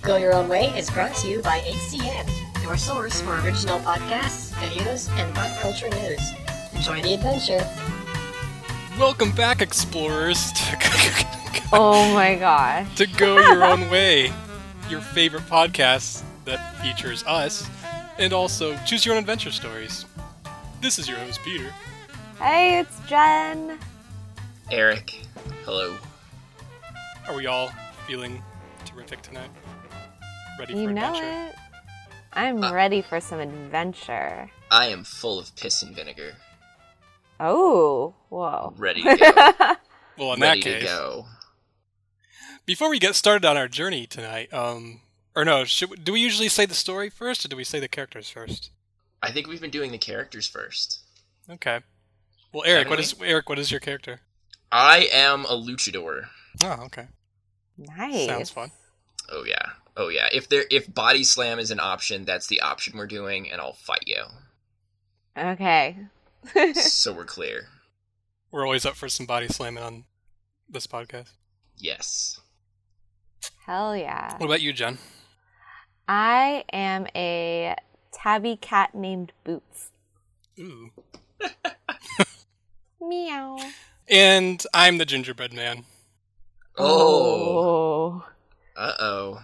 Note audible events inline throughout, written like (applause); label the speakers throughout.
Speaker 1: Go Your Own Way is brought to you by HCN, your source for original podcasts, videos, and pop culture news. Enjoy the adventure.
Speaker 2: Welcome back, explorers, (laughs) to,
Speaker 3: Oh my gosh.
Speaker 2: to Go Your Own Way, your favorite podcast that features us, and also choose your own adventure stories. This is your host, Peter.
Speaker 3: Hey, it's Jen.
Speaker 4: Eric, hello.
Speaker 2: Are we all feeling terrific tonight? Ready for
Speaker 3: You know
Speaker 2: adventure?
Speaker 3: it. I'm ready for some adventure.
Speaker 4: I am full of piss and vinegar.
Speaker 3: Oh, whoa. (laughs)
Speaker 4: Ready to go.
Speaker 2: Well, in
Speaker 4: Ready
Speaker 2: that case,
Speaker 4: to go.
Speaker 2: before we get started on our journey tonight, um, or no, should, we- do we usually say the story first, or do we say the characters first?
Speaker 4: I think we've been doing the characters first.
Speaker 2: Okay. Well, Eric, what is
Speaker 4: Haven't
Speaker 2: Eric? What is your character?
Speaker 4: I am a luchador.
Speaker 2: Oh, okay.
Speaker 3: Nice.
Speaker 2: Sounds fun.
Speaker 4: Oh yeah. Oh yeah. If there if body slam is an option, that's the option we're doing and I'll fight you.
Speaker 3: Okay.
Speaker 4: so we're clear.
Speaker 2: We're always up for some body slamming on this podcast.
Speaker 4: Yes.
Speaker 3: Hell yeah.
Speaker 2: What about you, Jen?
Speaker 3: I am a tabby cat named Boots.
Speaker 2: Ooh.
Speaker 3: Meow.
Speaker 2: And I'm the gingerbread man.
Speaker 3: Oh.
Speaker 4: Oh. Uh-oh.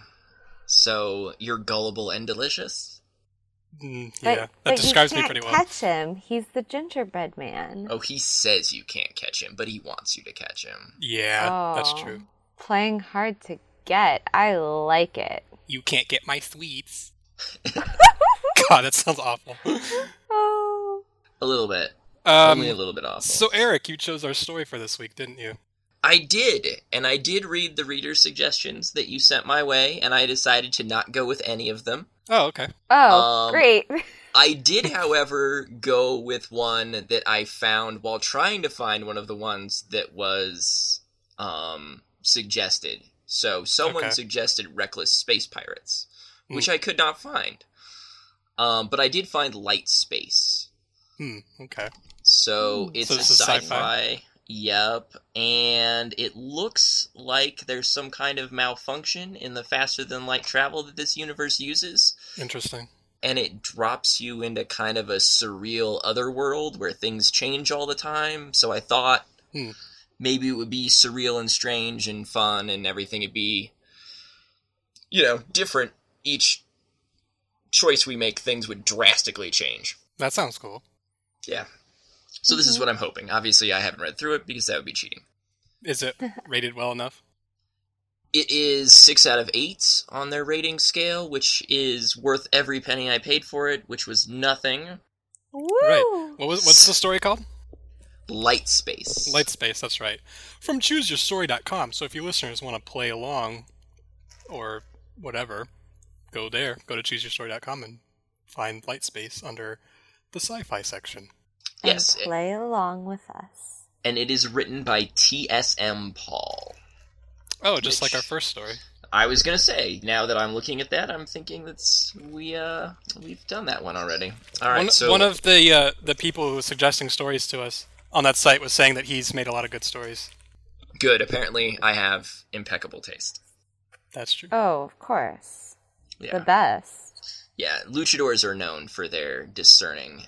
Speaker 4: So you're gullible and delicious?
Speaker 2: Mm,
Speaker 3: But,
Speaker 2: yeah,
Speaker 3: but
Speaker 2: that describes
Speaker 3: you
Speaker 2: me
Speaker 3: can't
Speaker 2: pretty well.
Speaker 3: Catch him. He's the gingerbread man.
Speaker 4: Oh, he says you can't catch him, but he wants you to catch him.
Speaker 2: Yeah, that's
Speaker 3: Oh.
Speaker 2: true.
Speaker 3: Playing hard to get. I like it.
Speaker 2: You can't get my
Speaker 3: (laughs)
Speaker 2: sweets. God, that sounds awful.
Speaker 3: Oh.
Speaker 4: A little bit. Only a
Speaker 2: Um,
Speaker 4: little bit awful.
Speaker 2: so, Eric, you chose our story for this week, didn't you?
Speaker 4: I did, and I did read the reader suggestions that you sent my way, and I decided to not go with any of them.
Speaker 2: Oh, okay.
Speaker 3: Oh,
Speaker 4: Um,
Speaker 3: great.
Speaker 4: I did, however, go with one that I found while trying to find one of the ones that was um, suggested. So someone
Speaker 2: Okay.
Speaker 4: suggested Reckless Space Pirates, which
Speaker 2: Mm.
Speaker 4: I could not find. Um, but I did find Light Space.
Speaker 2: Hmm. Okay.
Speaker 4: So
Speaker 3: Hmm.
Speaker 4: it's
Speaker 2: So
Speaker 4: a
Speaker 2: this is
Speaker 4: sci-fi.
Speaker 2: sci-fi?
Speaker 4: Yep. And it looks like there's some kind of malfunction in the faster than light travel that this universe uses,
Speaker 2: Interesting.
Speaker 4: and it drops you into kind of a surreal other world where things change all the time. So I thought
Speaker 2: Hmm.
Speaker 4: maybe it would be surreal and strange and fun and everything would be you know, different each choice we make things would drastically change.
Speaker 2: That sounds cool.
Speaker 4: Yeah. So this is
Speaker 3: Mhm.
Speaker 4: what I'm hoping. Obviously, I haven't read through it because that would be cheating.
Speaker 2: Is
Speaker 3: (laughs)
Speaker 2: it rated well enough?
Speaker 4: It is six out of eight on their rating scale, which is worth every penny I paid for it, which was nothing.
Speaker 3: Woo.
Speaker 2: Right. What was what's the story called?
Speaker 4: Light space.
Speaker 2: Light Space, that's right. From chooseyourstory.com. So if you listeners want to play along or whatever, go there. Go to chooseyourstory.com and find Light Space under the sci fi section.
Speaker 3: And
Speaker 4: Yes.
Speaker 3: play along with us.
Speaker 4: And it is written by T.S.M. Paul.
Speaker 2: Oh, just like
Speaker 4: Which-
Speaker 2: our first story.
Speaker 4: I was gonna say. Now that I'm looking at that, I'm thinking that's we uh we've done that one already. All right.
Speaker 2: one,
Speaker 4: so
Speaker 2: one of the uh, the people who was suggesting stories to us on that site was saying that he's made a lot of good stories.
Speaker 4: good. Apparently, I have impeccable taste.
Speaker 2: That's true.
Speaker 3: Oh, of course.
Speaker 4: Yeah.
Speaker 3: The best.
Speaker 4: yeah. Luchadors are known for their discerning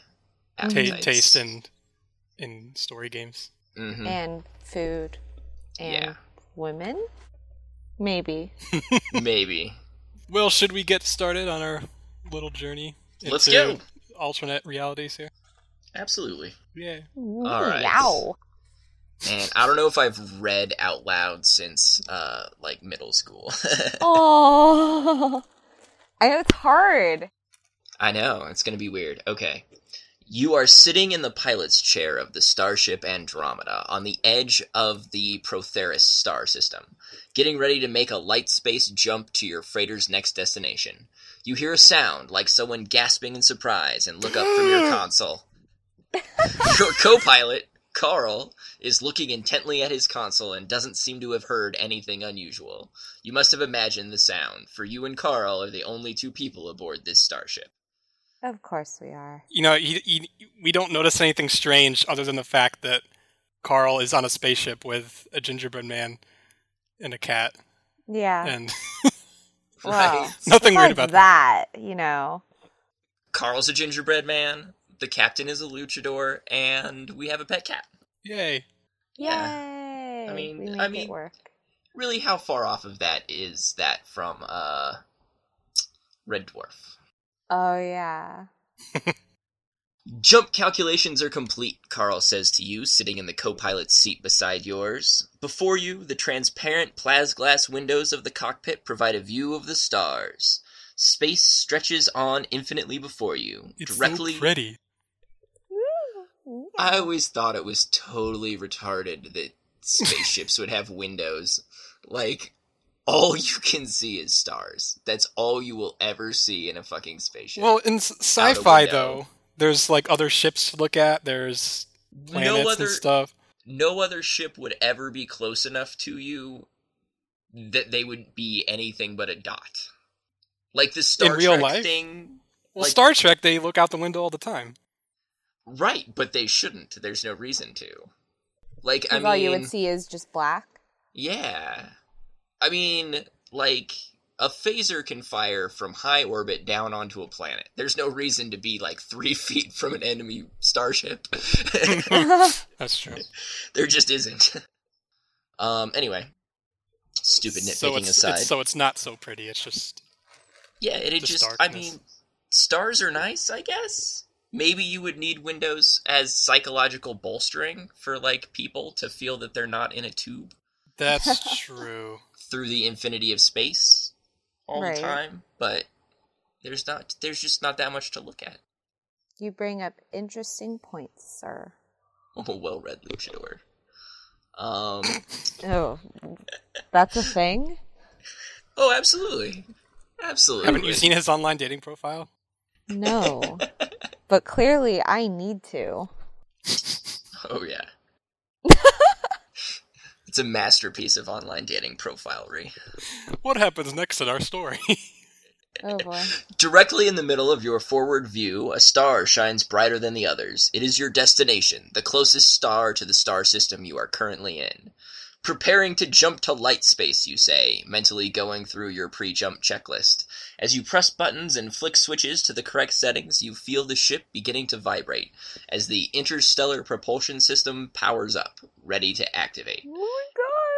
Speaker 4: Oh,
Speaker 2: Ta-
Speaker 4: appetites.
Speaker 2: taste in in story games.
Speaker 4: Mhm.
Speaker 3: And food. And
Speaker 4: Yeah.
Speaker 3: women? Maybe.
Speaker 4: Maybe.
Speaker 2: Well, should we get started on our little journey into
Speaker 4: Let's go.
Speaker 2: alternate realities here?
Speaker 4: Absolutely.
Speaker 2: Yeah.
Speaker 4: All right.
Speaker 3: Meow.
Speaker 4: And I don't know if I've read out loud since uh like middle school.
Speaker 3: Oh. I know it's hard.
Speaker 4: I know, it's going to be weird. Okay. You are sitting in the pilot's chair of the starship Andromeda on the edge of the Protheris star system, getting ready to make a light space jump to your freighter's next destination. You hear a sound like someone gasping in surprise and look up from your console. Your co pilot, Carl, is looking intently at his console and doesn't seem to have heard anything unusual. You must have imagined the sound, for you and Carl are the only two people aboard this starship.
Speaker 3: Of course we are.
Speaker 2: you know, he, he, we don't notice anything strange other than the fact that Carl is on a spaceship with a gingerbread man and (laughs) a cat,
Speaker 3: Yeah.
Speaker 2: and
Speaker 3: Well,
Speaker 4: Right.
Speaker 2: Nothing
Speaker 3: it's
Speaker 2: weird
Speaker 3: like
Speaker 2: about that.
Speaker 3: that, you know.
Speaker 4: Carl's a gingerbread man. The captain is a luchador, and we have a pet cat.
Speaker 2: Yay.
Speaker 3: Yay!
Speaker 4: I mean-
Speaker 3: we
Speaker 4: I
Speaker 3: make
Speaker 4: mean-
Speaker 3: it work.
Speaker 4: Really, how far off of that is that from uh, Red Dwarf?
Speaker 3: Oh yeah.
Speaker 4: Jump calculations are complete, Carl says to you, sitting in the co pilot's seat beside yours. Before you, the transparent plasglass windows of the cockpit provide a view of the stars. Space stretches on infinitely before you.
Speaker 2: It's
Speaker 4: directly
Speaker 2: so pretty.
Speaker 4: I always thought it was totally retarded that spaceships would have windows. Like, all you can see is stars. That's all you will ever see in a fucking spaceship.
Speaker 2: Well, in s-
Speaker 4: Out a
Speaker 2: sci-fi
Speaker 4: window.
Speaker 2: though, there's like other ships to look at. There's planets
Speaker 4: no other,
Speaker 2: and stuff.
Speaker 4: no other ship would ever be close enough to you that they would be anything but a dot. Like the Star
Speaker 2: In real
Speaker 4: Trek
Speaker 2: life?
Speaker 4: thing.
Speaker 2: Well,
Speaker 4: like-
Speaker 2: Star Trek, they look out the window all the time.
Speaker 4: Right, but they shouldn't. There's no reason to. Like, I mean.
Speaker 3: all you would see is just black.
Speaker 4: Yeah. I mean, like, a phaser can fire from high orbit down onto a planet. There's no reason to be, like, three (laughs) feet from an enemy
Speaker 2: (laughs)
Speaker 4: starship.
Speaker 2: Hmm. That's true.
Speaker 4: there just isn't. Um, anyway. Stupid nitpicking
Speaker 2: so it's,
Speaker 4: aside.
Speaker 2: it's- so it's not so pretty. It's just
Speaker 4: yeah, it, it
Speaker 2: the
Speaker 4: just, I
Speaker 2: starkness.
Speaker 4: mean, stars are nice, I guess. Maybe you would need windows as psychological bolstering for, like, people to feel that they're not in a tube
Speaker 2: that's true.
Speaker 4: through the infinity of space all
Speaker 3: Right.
Speaker 4: the time, but there's not there's just not that much to look at. (laughs)
Speaker 3: You bring up interesting points, sir.
Speaker 4: Oh, well read luchador. Um
Speaker 3: Oh, that's a thing.
Speaker 4: oh absolutely. Absolutely.
Speaker 2: Haven't you seen his online dating profile?
Speaker 3: No, but clearly I need to.
Speaker 4: Oh yeah. it's a masterpiece of online dating profilery.
Speaker 2: What happens next in our story? (laughs)
Speaker 3: Oh boy.
Speaker 4: Directly in the middle of your forward view, a star shines brighter than the others. It is your destination, the closest star to the star system you are currently in. Preparing to jump to light space, you say, mentally going through your pre jump checklist. As you press buttons and flick switches to the correct settings, you feel the ship beginning to vibrate as the interstellar propulsion system powers up, ready to activate.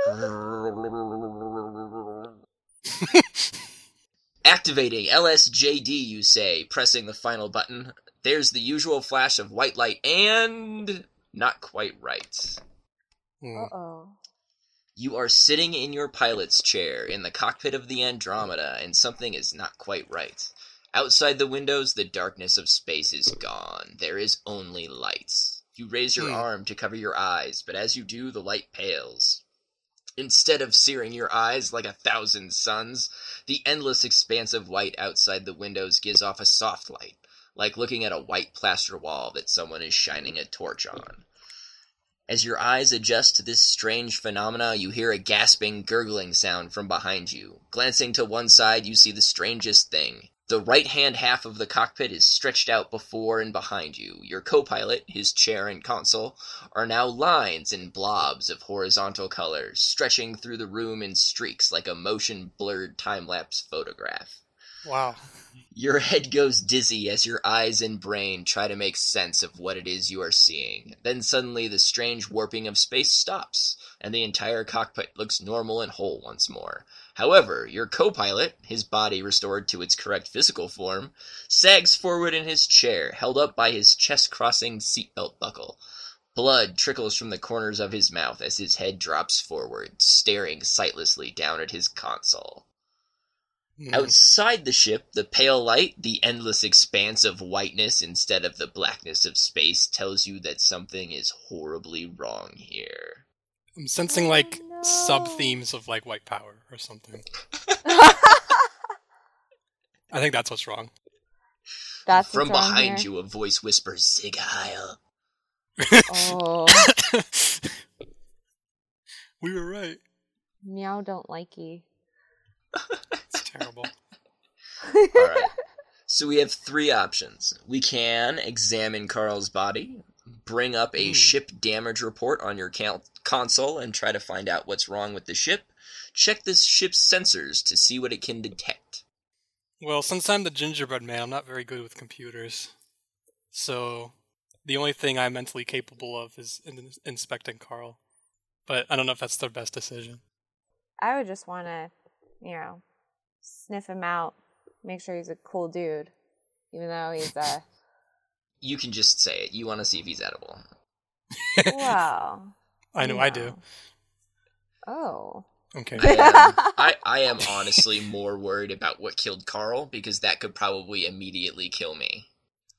Speaker 3: Oh my god.
Speaker 4: Activating LSJD, you say, pressing the final button. There's the usual flash of white light and. Not quite right.
Speaker 2: Hmm.
Speaker 3: Uh oh.
Speaker 4: You are sitting in your pilot's chair in the cockpit of the Andromeda, and something is not quite right. Outside the windows, the darkness of space is gone. There is only light. You raise your
Speaker 2: Hmm.
Speaker 4: arm to cover your eyes, but as you do, the light pales. Instead of searing your eyes like a thousand suns, the endless expanse of white outside the windows gives off a soft light, like looking at a white plaster wall that someone is shining a torch on. As your eyes adjust to this strange phenomena, you hear a gasping, gurgling sound from behind you. Glancing to one side, you see the strangest thing. The right hand half of the cockpit is stretched out before and behind you. Your co pilot, his chair and console, are now lines and blobs of horizontal colors, stretching through the room in streaks like a motion blurred time lapse photograph.
Speaker 2: Wow.
Speaker 4: Your head goes dizzy as your eyes and brain try to make sense of what it is you are seeing. Then suddenly the strange warping of space stops, and the entire cockpit looks normal and whole once more. However, your co pilot, his body restored to its correct physical form, sags forward in his chair, held up by his chest crossing seatbelt buckle. Blood trickles from the corners of his mouth as his head drops forward, staring sightlessly down at his console.
Speaker 2: Hmm.
Speaker 4: Outside the ship, the pale light, the endless expanse of whiteness instead of the blackness of space, tells you that something is horribly wrong here.
Speaker 2: I'm Mm. sensing like
Speaker 3: Oh, no.
Speaker 2: sub themes of like white power or something. I think that's what's wrong. (laughs)
Speaker 3: That's
Speaker 4: From behind you, a voice whispers, Zig Heil.
Speaker 3: Oh,
Speaker 2: we were right.
Speaker 3: (laughs) meow don't like you.
Speaker 2: It's terrible.
Speaker 4: All right. So we have three options. We can examine Carl's body, bring up a
Speaker 2: Hmm.
Speaker 4: ship damage report on your cal- console and try to find out what's wrong with the ship, check this ship's sensors to see what it can detect,
Speaker 2: Well, since I'm the gingerbread man, I'm not very good with computers. So the only thing I'm mentally capable of is in- inspecting Carl. But I don't know if that's their best decision.
Speaker 3: (laughs) I would just want to, you know, sniff him out, make sure he's a cool dude, even though he's
Speaker 4: (laughs)
Speaker 3: a
Speaker 4: You can just say it. You want to see if he's edible.
Speaker 3: well.
Speaker 2: I know I do.
Speaker 3: Oh,
Speaker 2: Okay.
Speaker 4: I am, I, I am honestly more worried about what killed Carl because that could probably immediately kill me.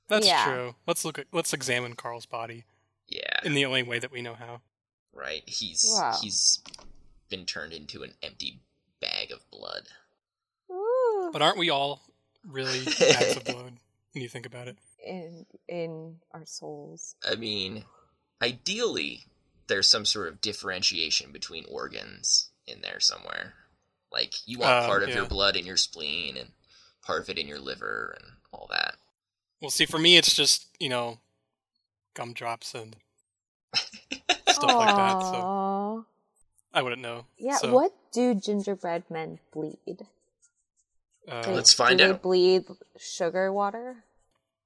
Speaker 2: That's
Speaker 3: Yeah.
Speaker 2: true. Let's look at let's examine Carl's body
Speaker 4: Yeah,
Speaker 2: in the only way that we know how.
Speaker 4: right. He's
Speaker 3: Wow.
Speaker 4: he's been turned into an empty bag of blood.
Speaker 3: Ooh.
Speaker 2: But aren't we all really
Speaker 4: (laughs)
Speaker 2: bags of blood when you think about it?
Speaker 3: in in our souls.
Speaker 4: I mean, ideally, there's some sort of differentiation between organs in there somewhere. Like you want
Speaker 2: Uh,
Speaker 4: part of
Speaker 2: yeah.
Speaker 4: your blood in your spleen and part of it in your liver and all that.
Speaker 2: Well, see, for me, it's just you know, gumdrops and stuff like that. So
Speaker 3: Aw.
Speaker 2: I wouldn't know.
Speaker 3: Yeah,
Speaker 2: So,
Speaker 3: what do gingerbread men bleed?
Speaker 2: Uh,
Speaker 3: Like,
Speaker 4: Let's find
Speaker 3: do
Speaker 4: out.
Speaker 3: They bleed sugar water.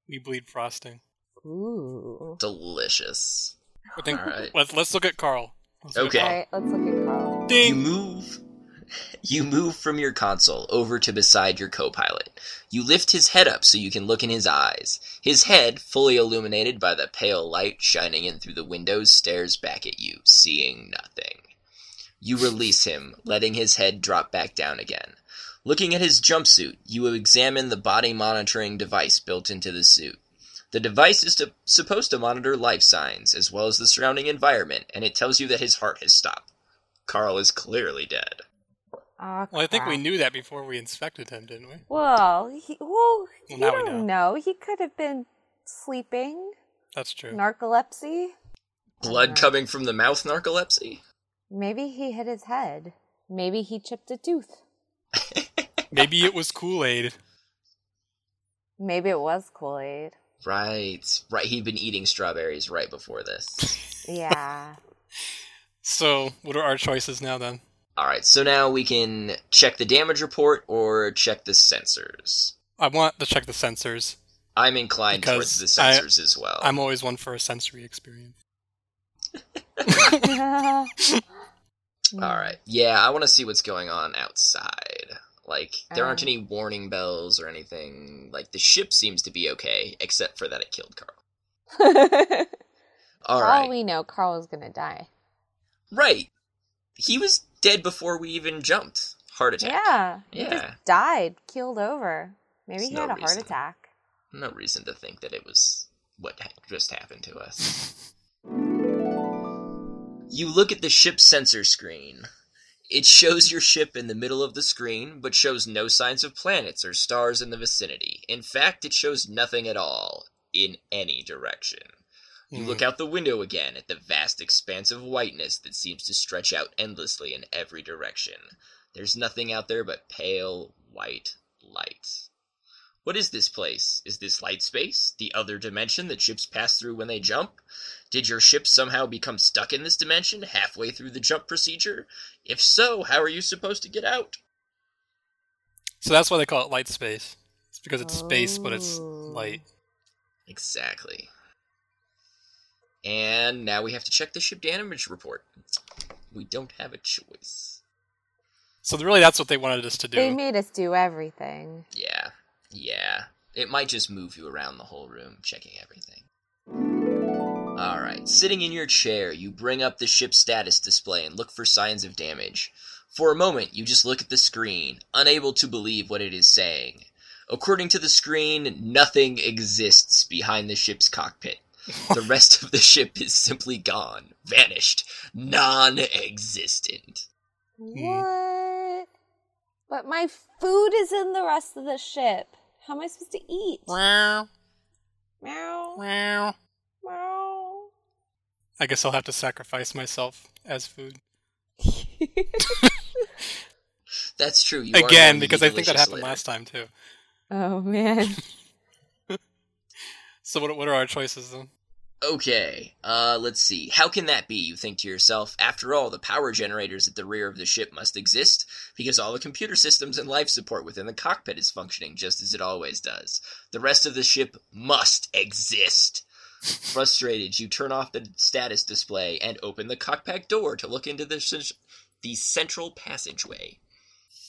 Speaker 2: we bleed frosting.
Speaker 3: Ooh.
Speaker 4: Delicious.
Speaker 2: I think
Speaker 4: Alright.
Speaker 2: let's let's look at Carl. Let's look at
Speaker 4: Okay.
Speaker 3: All right, let's look at Carl.
Speaker 4: You
Speaker 2: Ding.
Speaker 4: move. You move from your console over to beside your co pilot. You lift his head up so you can look in his eyes. His head, fully illuminated by the pale light shining in through the windows, stares back at you, seeing nothing. You release him, letting his head drop back down again. Looking at his jumpsuit, you examine the body monitoring device built into the suit. The device is to, supposed to monitor life signs as well as the surrounding environment, and it tells you that his heart has stopped. Carl is clearly dead.
Speaker 3: Aw,
Speaker 2: Well, I think we
Speaker 3: Ah, crap.
Speaker 2: knew that before we inspected him, didn't we?
Speaker 3: Well, he, well, you
Speaker 2: now we
Speaker 3: don't know. He could have been sleeping,
Speaker 2: That's true.
Speaker 3: narcolepsy.
Speaker 4: Blood coming from the mouth narcolepsy?
Speaker 3: Maybe he hit his head. Maybe he chipped a tooth.
Speaker 2: Maybe it was Kool Aid.
Speaker 3: Maybe it was Kool Aid.
Speaker 4: Right. Right. He'd been eating strawberries right
Speaker 3: (laughs)
Speaker 4: before this.
Speaker 3: Yeah.
Speaker 2: (laughs) So, what are our choices now then?
Speaker 4: Alright, so now we can check the damage report or check the sensors.
Speaker 2: I want to check the sensors.
Speaker 4: I'm inclined
Speaker 2: Because
Speaker 4: towards the
Speaker 2: I-
Speaker 4: sensors as well.
Speaker 2: I'm always one for a sensory experience.
Speaker 4: All
Speaker 3: (laughs)
Speaker 4: right. Yeah, I want to see what's going on outside. Like there aren't
Speaker 3: Um.
Speaker 4: any warning bells or anything. Like the ship seems to be okay, except for that it killed Carl.
Speaker 3: For
Speaker 4: All
Speaker 3: all
Speaker 4: right,
Speaker 3: Oh, we know, Carl is gonna die.
Speaker 4: right. He was dead before we even jumped. Heart attack.
Speaker 3: Yeah. He
Speaker 4: Yeah.
Speaker 3: just died, keeled over. Maybe
Speaker 4: There's
Speaker 3: he
Speaker 4: no
Speaker 3: had a
Speaker 4: reason.
Speaker 3: heart attack.
Speaker 4: No reason to think that it was what ha- just happened to us. You look at the ship's sensor screen. It shows your ship in the middle of the screen, but shows no signs of planets or stars in the vicinity. In fact, it shows nothing at all in any direction. You
Speaker 2: Hmm.
Speaker 4: look out the window again at the vast expanse of whiteness that seems to stretch out endlessly in every direction. There's nothing out there but pale white light. What is this place? Is this light space? The other dimension that ships pass through when they jump? Did your ship somehow become stuck in this dimension halfway through the jump procedure? If so, how are you supposed to get out?
Speaker 2: So that's why they call it light space. It's because it's space, but it's
Speaker 3: Oh.
Speaker 2: light.
Speaker 4: Exactly. And now we have to check the ship damage report. We don't have a choice.
Speaker 2: So really, that's what they wanted us to do.
Speaker 3: They made us do everything.
Speaker 4: Yeah. Yeah. It might just move you around the whole room, checking everything. Alright, sitting in your chair, you bring up the ship's status display and look for signs of damage. For a moment, you just look at the screen, unable to believe what it is saying. According to the screen, nothing exists behind the ship's cockpit.
Speaker 2: (laughs)
Speaker 4: The rest of the ship is simply gone, vanished, non existent.
Speaker 3: What? But my food is in the rest of the ship. How am I supposed to eat?
Speaker 2: Meow,
Speaker 3: Meow.
Speaker 2: meow.
Speaker 3: Meow.
Speaker 2: I guess I'll have to sacrifice myself as food
Speaker 4: That's true. You are
Speaker 2: again
Speaker 4: going to
Speaker 2: because
Speaker 4: eat
Speaker 2: I think that
Speaker 4: delicious
Speaker 2: happened
Speaker 4: later.
Speaker 2: last time too.
Speaker 3: Oh man.
Speaker 2: So what what are our choices then?
Speaker 4: Okay, uh, let's see. How can that be, you think to yourself? After all, the power generators at the rear of the ship must exist, because all the computer systems and life support within the cockpit is functioning just as it always does. The rest of the ship must exist. Frustrated, you turn off the status display and open the cockpit door to look into the, cen- the central passageway.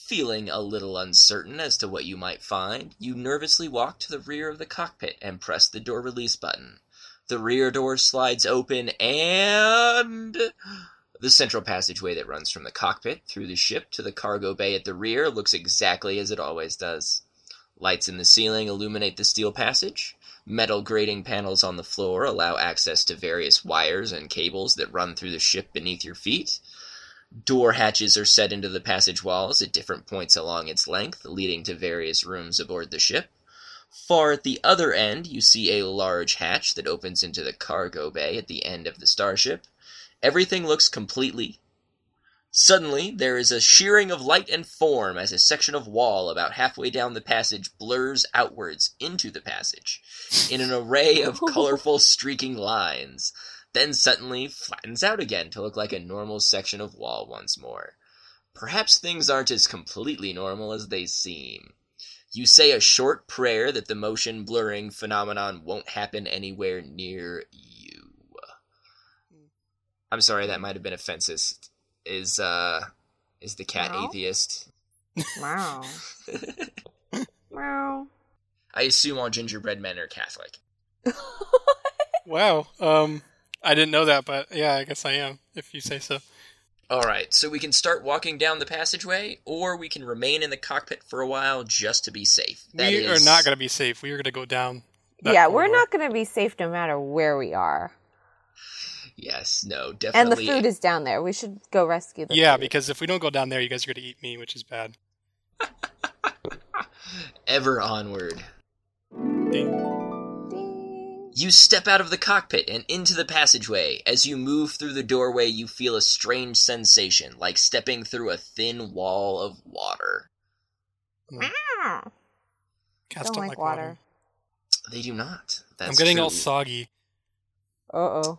Speaker 4: Feeling a little uncertain as to what you might find, you nervously walk to the rear of the cockpit and press the door release button. The rear door slides open and the central passageway that runs from the cockpit through the ship to the cargo bay at the rear looks exactly as it always does. Lights in the ceiling illuminate the steel passage. Metal grating panels on the floor allow access to various wires and cables that run through the ship beneath your feet. Door hatches are set into the passage walls at different points along its length, leading to various rooms aboard the ship. Far at the other end, you see a large hatch that opens into the cargo bay at the end of the starship. Everything looks completely. Suddenly, there is a shearing of light and form as a section of wall about halfway down the passage blurs outwards into the passage in an array of colorful streaking lines, then suddenly flattens out again to look like a normal section of wall once more. Perhaps things aren't as completely normal as they seem. You say a short prayer that the motion blurring phenomenon won't happen anywhere near you. I'm sorry, that might have been offensive. Is uh, is the cat
Speaker 3: No.
Speaker 4: atheist?
Speaker 3: Wow. wow.
Speaker 4: I assume all gingerbread men are Catholic.
Speaker 2: Wow. Um, I didn't know that, but yeah, I guess I am, if you say so.
Speaker 4: All right, so we can start walking down the passageway, or we can remain in the cockpit for a while just to be safe. That
Speaker 2: we
Speaker 4: is
Speaker 2: are not going to be safe. We are going to go down. that
Speaker 3: yeah, we're
Speaker 2: corridor.
Speaker 3: not going to be safe no matter where we are.
Speaker 4: Yes, no,
Speaker 3: And the
Speaker 4: definitely.
Speaker 3: food is down there. We should go rescue the
Speaker 2: Yeah,
Speaker 3: food.
Speaker 2: because if we don't go down there, you guys are going to eat me, which is bad.
Speaker 4: ever onward.
Speaker 2: Ding.
Speaker 3: Ding.
Speaker 4: You step out of the cockpit and into the passageway. As you move through the doorway, you feel a strange sensation, like stepping through a thin wall of water.
Speaker 3: Meow.
Speaker 2: Cats
Speaker 3: Don't
Speaker 2: don't,
Speaker 3: like
Speaker 2: like, water.
Speaker 3: water.
Speaker 4: They do not. That's
Speaker 2: I'm getting
Speaker 4: true.
Speaker 2: all soggy.
Speaker 3: Uh-oh.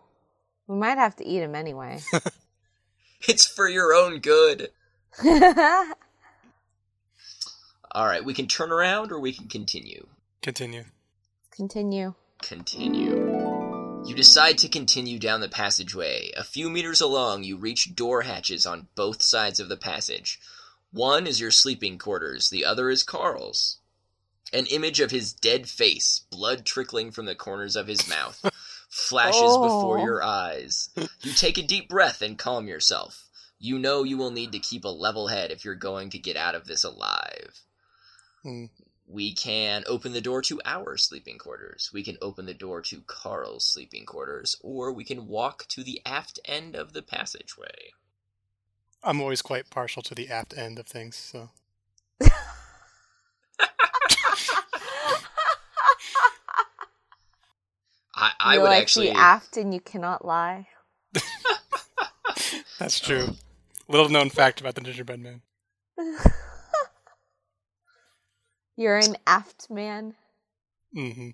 Speaker 3: We might have to eat him anyway.
Speaker 4: (laughs)
Speaker 3: (laughs)
Speaker 4: It's for your own good.
Speaker 3: Let's
Speaker 4: All right, we can turn around or we can continue.
Speaker 2: Continue.
Speaker 3: continue.
Speaker 4: Continue. You decide to continue down the passageway. A few meters along, you reach door hatches on both sides of the passage. One is your sleeping quarters, the other is Carl's. An image of his dead face, blood trickling from the corners of his mouth, flashes before
Speaker 3: Oh.
Speaker 4: your eyes. You take a deep breath and calm yourself. You know you will need to keep a level head if you're going to get out of this alive
Speaker 2: Hmm.
Speaker 4: we can open the door to our sleeping quarters. We can open the door to Carl's sleeping quarters, or we can walk to the aft end of the passageway.
Speaker 2: I'm always quite partial to the apt end of things, so.
Speaker 4: I, I
Speaker 3: You're
Speaker 4: would
Speaker 3: like
Speaker 4: actually.
Speaker 3: the aft and you cannot lie. (laughs)
Speaker 2: That's
Speaker 4: Oh.
Speaker 2: true. Little known fact about the gingerbread man.
Speaker 3: You're an aft man.
Speaker 2: hmm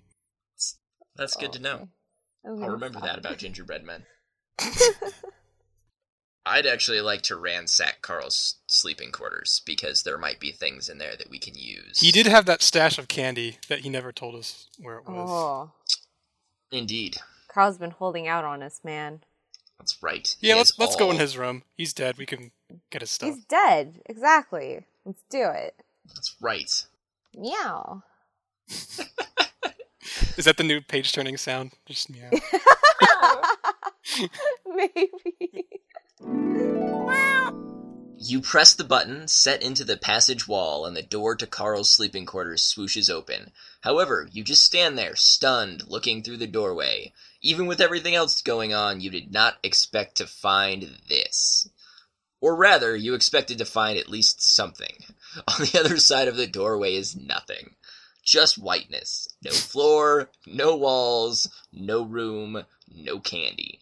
Speaker 4: that's good to know.
Speaker 3: Okay. Oh, I'm gonna
Speaker 4: I'll remember
Speaker 3: stop.
Speaker 4: that about gingerbread
Speaker 3: (laughs)
Speaker 4: men. I'd actually like to ransack Carl's sleeping quarters because there might be things in there that we can use.
Speaker 2: He did have that stash of candy that he never told us where it was.
Speaker 3: Oh,
Speaker 4: Indeed.
Speaker 3: Carl's been holding out on us, man.
Speaker 4: That's right.
Speaker 2: yeah,
Speaker 4: He
Speaker 2: let's
Speaker 4: has
Speaker 2: let's go in
Speaker 4: all-
Speaker 2: his room. He's dead. We can get his stuff.
Speaker 3: He's dead. Exactly. Let's do it.
Speaker 4: That's right.
Speaker 3: Meow. (laughs)
Speaker 2: Is that the new page turning sound? Just
Speaker 3: (laughs)
Speaker 2: meow.
Speaker 3: Maybe.
Speaker 4: You press the button set into the passage wall, and the door to Carl's sleeping quarters swooshes open. However, you just stand there, stunned, looking through the doorway. Even with everything else going on, you did not expect to find this. Or rather, you expected to find at least something. (laughs) On the other side of the doorway is nothing. Just whiteness. No floor, no walls, no room, no candy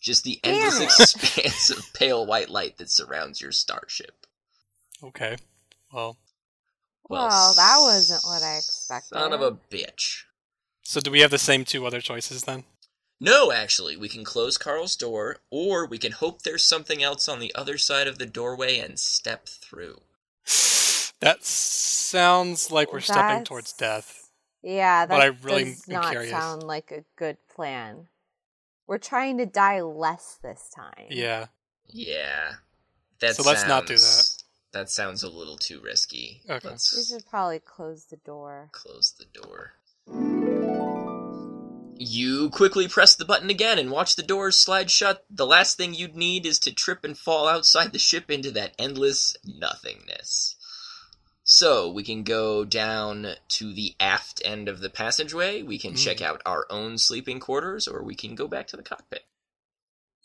Speaker 4: just the
Speaker 3: Damn
Speaker 4: endless
Speaker 3: it.
Speaker 4: expanse of (laughs) pale white light that surrounds your starship.
Speaker 2: Okay. Well,
Speaker 3: Well, that wasn't what I expected.
Speaker 4: Son of a bitch.
Speaker 2: so do we have the same two other choices then? (sighs)
Speaker 4: No, actually, we can close Carl's door, or we can hope there's something else on the other side of the doorway and step through.
Speaker 2: That sounds like we're stepping
Speaker 3: That's-
Speaker 2: towards death.
Speaker 3: Yeah, that
Speaker 2: But I really
Speaker 3: does
Speaker 2: am
Speaker 3: not
Speaker 2: curious.
Speaker 3: sound like a good plan. We're trying to die less this time.
Speaker 2: Yeah.
Speaker 4: Yeah. That
Speaker 2: So let's not do
Speaker 4: sounds- That sounds a little too risky.
Speaker 2: Okay.
Speaker 3: We
Speaker 4: Let's
Speaker 3: should probably close the door.
Speaker 4: close the door. You quickly press the button again and watch the doors slide shut. The last thing you'd need is to trip and fall outside the ship into that endless nothingness. So, we can go down to the aft end of the passageway. We can check out our own sleeping quarters, or we can go back to the cockpit.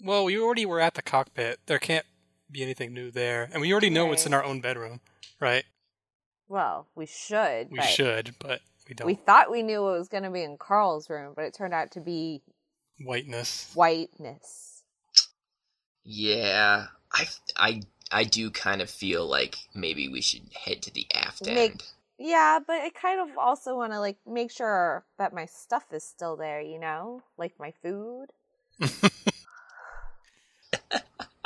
Speaker 2: Well, we already were at the cockpit. There can't be anything new there. And we already know what's in
Speaker 3: Right.
Speaker 2: our own bedroom, right?
Speaker 3: Well, we should.
Speaker 2: We
Speaker 3: but
Speaker 2: should, but we don't.
Speaker 3: We thought we knew what was going to be in Carl's room, but it turned out to be
Speaker 2: Whiteness.
Speaker 3: whiteness.
Speaker 4: Yeah, I, I, I do kind of feel like maybe we should head to the aft end.
Speaker 3: Make- Yeah, but I kind of also want to like make sure that my stuff is still there, you know, like my food.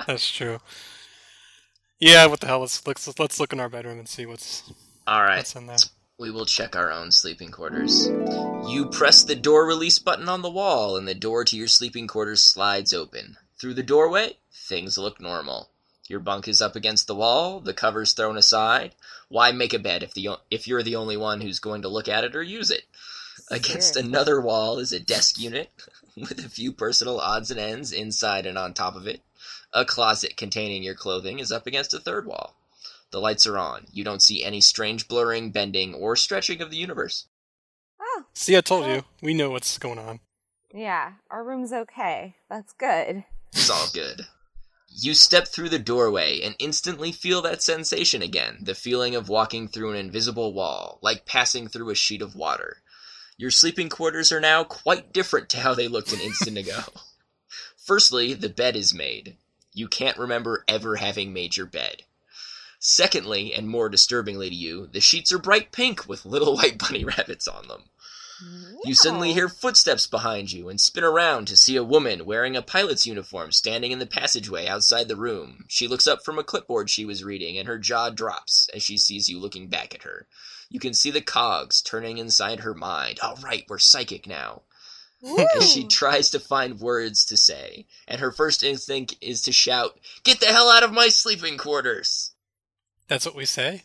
Speaker 2: That's true. Yeah, what the hell? Let's, let's, let's look in our bedroom and see what's,
Speaker 4: All right,
Speaker 2: what's in there.
Speaker 4: we will check our own sleeping quarters. You press the door release button on the wall, and the door to your sleeping quarters slides open. Through the doorway, things look normal. Your bunk is up against the wall, the cover's thrown aside. Why make a bed if the o- if you're the only one who's going to look at it or use it? Against
Speaker 3: Seriously.
Speaker 4: another wall is a desk unit (laughs) with a few personal odds and ends inside and on top of it. A closet containing your clothing is up against a third wall. The lights are on. You don't see any strange blurring, bending, or stretching of the universe.
Speaker 3: Oh,
Speaker 2: See, I told you. We know what's going on.
Speaker 3: yeah, our room's okay. That's good.
Speaker 4: It's all good. You step through the doorway and instantly feel that sensation again the feeling of walking through an invisible wall, like passing through a sheet of water. Your sleeping quarters are now quite different to how they looked an instant ago. (laughs) Firstly, the bed is made. You can't remember ever having made your bed. Secondly, and more disturbingly to you, the sheets are bright pink with little (laughs) white bunny rabbits on them. You suddenly
Speaker 3: Meow.
Speaker 4: hear footsteps behind you and spin around to see a woman wearing a pilot's uniform standing in the passageway outside the room. She looks up from a clipboard she was reading and her jaw drops as she sees you looking back at her. You can see the cogs turning inside her mind. All right, we're psychic now. And she
Speaker 2: Hmm.
Speaker 3: (laughs) Woo!
Speaker 4: tries to find words to say, and her first instinct is to shout, Get the hell out of my sleeping quarters!
Speaker 2: That's what we say?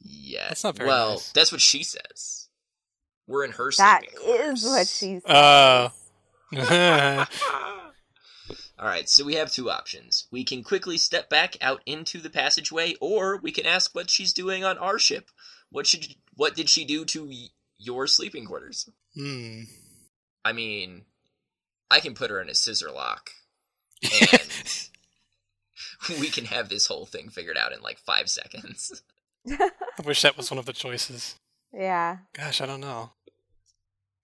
Speaker 4: Yes.
Speaker 2: That's not very
Speaker 4: well,
Speaker 2: nice.
Speaker 4: that's what she says. We're in her
Speaker 3: That
Speaker 4: sleeping quarters.
Speaker 3: is what she said.
Speaker 2: Uh. (laughs) yeah,
Speaker 4: All right, so we have two options. We can quickly step back out into the passageway, or we can ask what she's doing on our ship. What should what did she do to y- your sleeping quarters?
Speaker 2: Hmm.
Speaker 4: I mean, I can put her in a scissor lock, and we can have this whole thing figured out in like five seconds.
Speaker 2: I wish that was one of the choices.
Speaker 3: yeah.
Speaker 2: Gosh, I don't know.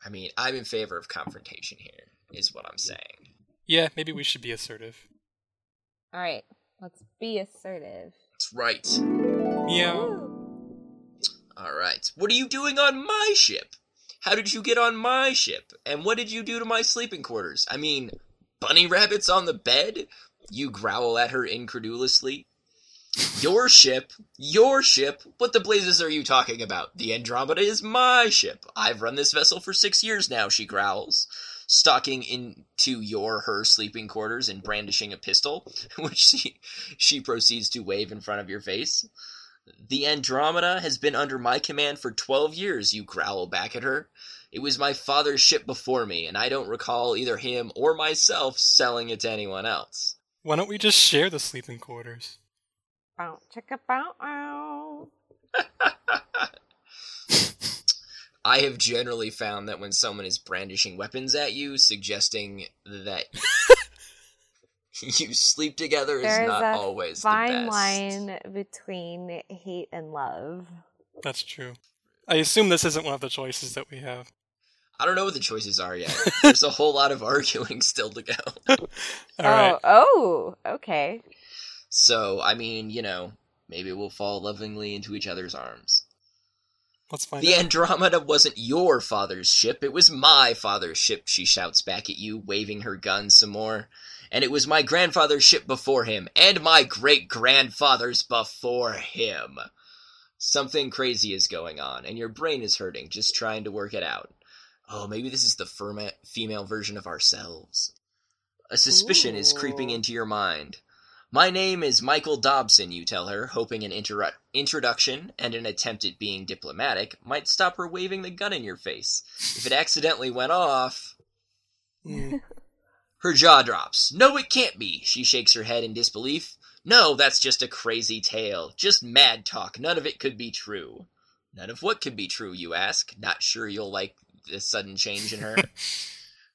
Speaker 4: I mean, I'm in favor of confrontation here, is what I'm saying.
Speaker 2: Yeah, maybe we should be assertive.
Speaker 3: All right. Let's be assertive.
Speaker 4: That's right.
Speaker 2: Yeah.
Speaker 3: Woo.
Speaker 4: All right. What are you doing on my ship? How did you get on my ship? And what did you do to my sleeping quarters? I mean, bunny rabbits on the bed? You growl at her incredulously. Your ship? Your ship? What the blazes are you talking about? The Andromeda is my ship. I've run this vessel for six years now, she growls, stalking into your her sleeping quarters and brandishing a pistol, (laughs) which she she proceeds to wave in front of your face. The Andromeda has been under my command for 12 years, you growl back at her. It was my father's ship before me, and I don't recall either him or myself selling it to anyone else.
Speaker 2: Why don't we just share the sleeping quarters?
Speaker 3: Bow, chicka, bow, ow.
Speaker 4: I have generally found that when someone is brandishing weapons at you, suggesting that (laughs) you sleep together is
Speaker 3: There is
Speaker 4: not
Speaker 3: a
Speaker 4: always the
Speaker 3: Fine
Speaker 4: best.
Speaker 3: line between hate and love.
Speaker 2: That's true. I assume this isn't one of the choices that we have.
Speaker 4: I don't know what the choices are yet. There's a whole lot of (laughs) arguing still to go.
Speaker 2: All right.
Speaker 3: Oh, oh, okay.
Speaker 4: So, I mean, you know, maybe we'll fall lovingly into each other's arms.
Speaker 2: Let's find
Speaker 4: The
Speaker 2: out.
Speaker 4: Andromeda wasn't your father's ship, it was my father's ship, she shouts back at you, waving her gun some more. And it was my grandfather's ship before him, and my great grandfather's before him. Something crazy is going on, and your brain is hurting just trying to work it out. Oh, maybe this is the firma- female version of ourselves. A suspicion is creeping
Speaker 3: Ooh.
Speaker 4: into your mind. My name is Michael Dobson, you tell her, hoping an interu- introduction and an attempt at being diplomatic might stop her waving the gun in your face. If it accidentally went off.
Speaker 2: Mm.
Speaker 4: Her jaw drops. No, it can't be. She shakes her head in disbelief. No, that's just a crazy tale. Just mad talk. None of it could be true. None of what could be true, you ask. Not sure you'll like this sudden change in her.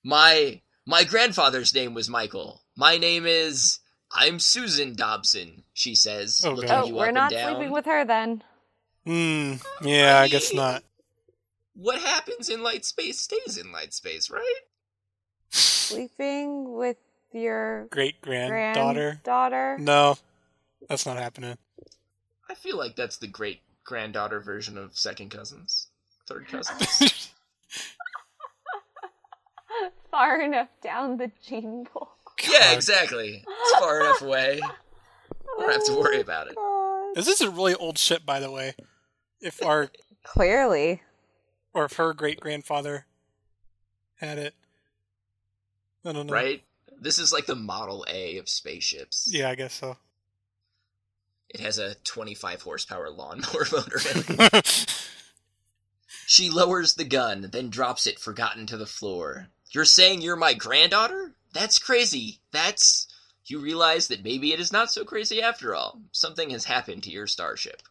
Speaker 4: my my grandfather's name was Michael. My name is I'm Susan Dobson, she says,
Speaker 2: Oh,
Speaker 4: looking
Speaker 2: God.
Speaker 3: oh,
Speaker 4: you
Speaker 3: we're
Speaker 4: up
Speaker 3: not
Speaker 4: and down.
Speaker 3: sleeping with her then.
Speaker 2: Mm, yeah, I guess not.
Speaker 4: What happens in light space stays in light space, right?
Speaker 3: Sleeping with your
Speaker 2: Great granddaughter.
Speaker 3: granddaughter. (gasps)
Speaker 2: No, that's not happening.
Speaker 4: I feel like that's the great granddaughter version of second cousins. Third cousins.
Speaker 3: (laughs)
Speaker 4: (laughs)
Speaker 3: Far enough down the jingle.
Speaker 4: Yeah,
Speaker 2: God.
Speaker 4: exactly. It's far enough away. I don't have to worry about it.
Speaker 2: (laughs)
Speaker 3: Oh, God.
Speaker 2: Is this a really old ship, by the way? If our
Speaker 3: Clearly. (laughs)
Speaker 2: or if her great grandfather had it, I don't know.
Speaker 4: Right? This is like the Model A of spaceships.
Speaker 2: Yeah, I guess so.
Speaker 4: (laughs) It has a 25 horsepower lawnmower (laughs) motor in
Speaker 2: (laughs)
Speaker 4: it.
Speaker 2: That's
Speaker 4: She lowers the gun, then drops it forgotten to the floor. You're saying you're my granddaughter? That's crazy. That's. You realize that maybe it is not so crazy after all. Something has happened to your starship.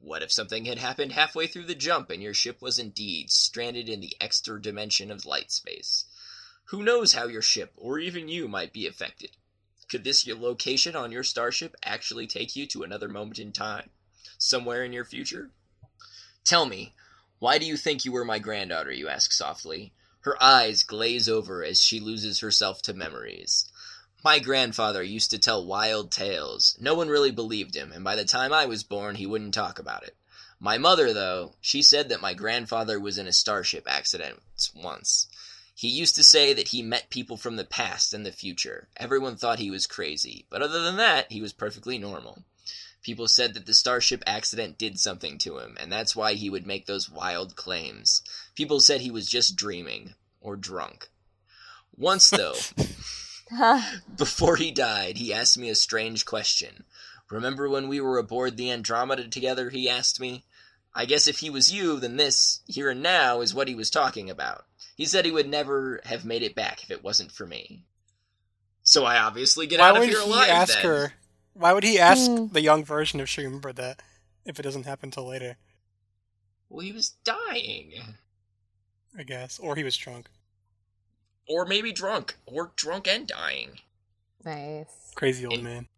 Speaker 4: What if something had happened halfway through the jump and your ship was indeed stranded in the extra dimension of light space? Who knows how your ship, or even you, might be affected? Could this your location on your starship actually take you to another moment in time? Somewhere in your future? Tell me, why do you think you were my granddaughter? you ask softly. Her eyes glaze over as she loses herself to memories. My grandfather used to tell wild tales. No one really believed him, and by the time I was born, he wouldn't talk about it. My mother, though, she said that my grandfather was in a starship accident once. He used to say that he met people from the past and the future. Everyone thought he was crazy, but other than that, he was perfectly normal. People said that the starship accident did something to him, and that's why he would make those wild claims. People said he was just dreaming or drunk.
Speaker 2: (laughs)
Speaker 4: Once, though, before he died, he asked me a strange question. Remember when we were aboard the Andromeda together? He asked me. I guess if he was you, then this, here and now, is what he was talking about. He said he would never have made it back if it wasn't for me. So I obviously get out
Speaker 2: why
Speaker 4: of
Speaker 2: would
Speaker 4: here
Speaker 2: he
Speaker 4: alive.
Speaker 2: ask
Speaker 4: then.
Speaker 2: her? Why would he ask
Speaker 3: Hmm.
Speaker 2: the young version if she remembered that? If it doesn't happen till later,
Speaker 4: Well, he was dying.
Speaker 2: I guess, or he was drunk.
Speaker 4: or maybe drunk, or drunk and dying.
Speaker 3: Nice.
Speaker 2: Crazy old
Speaker 4: In-
Speaker 2: man.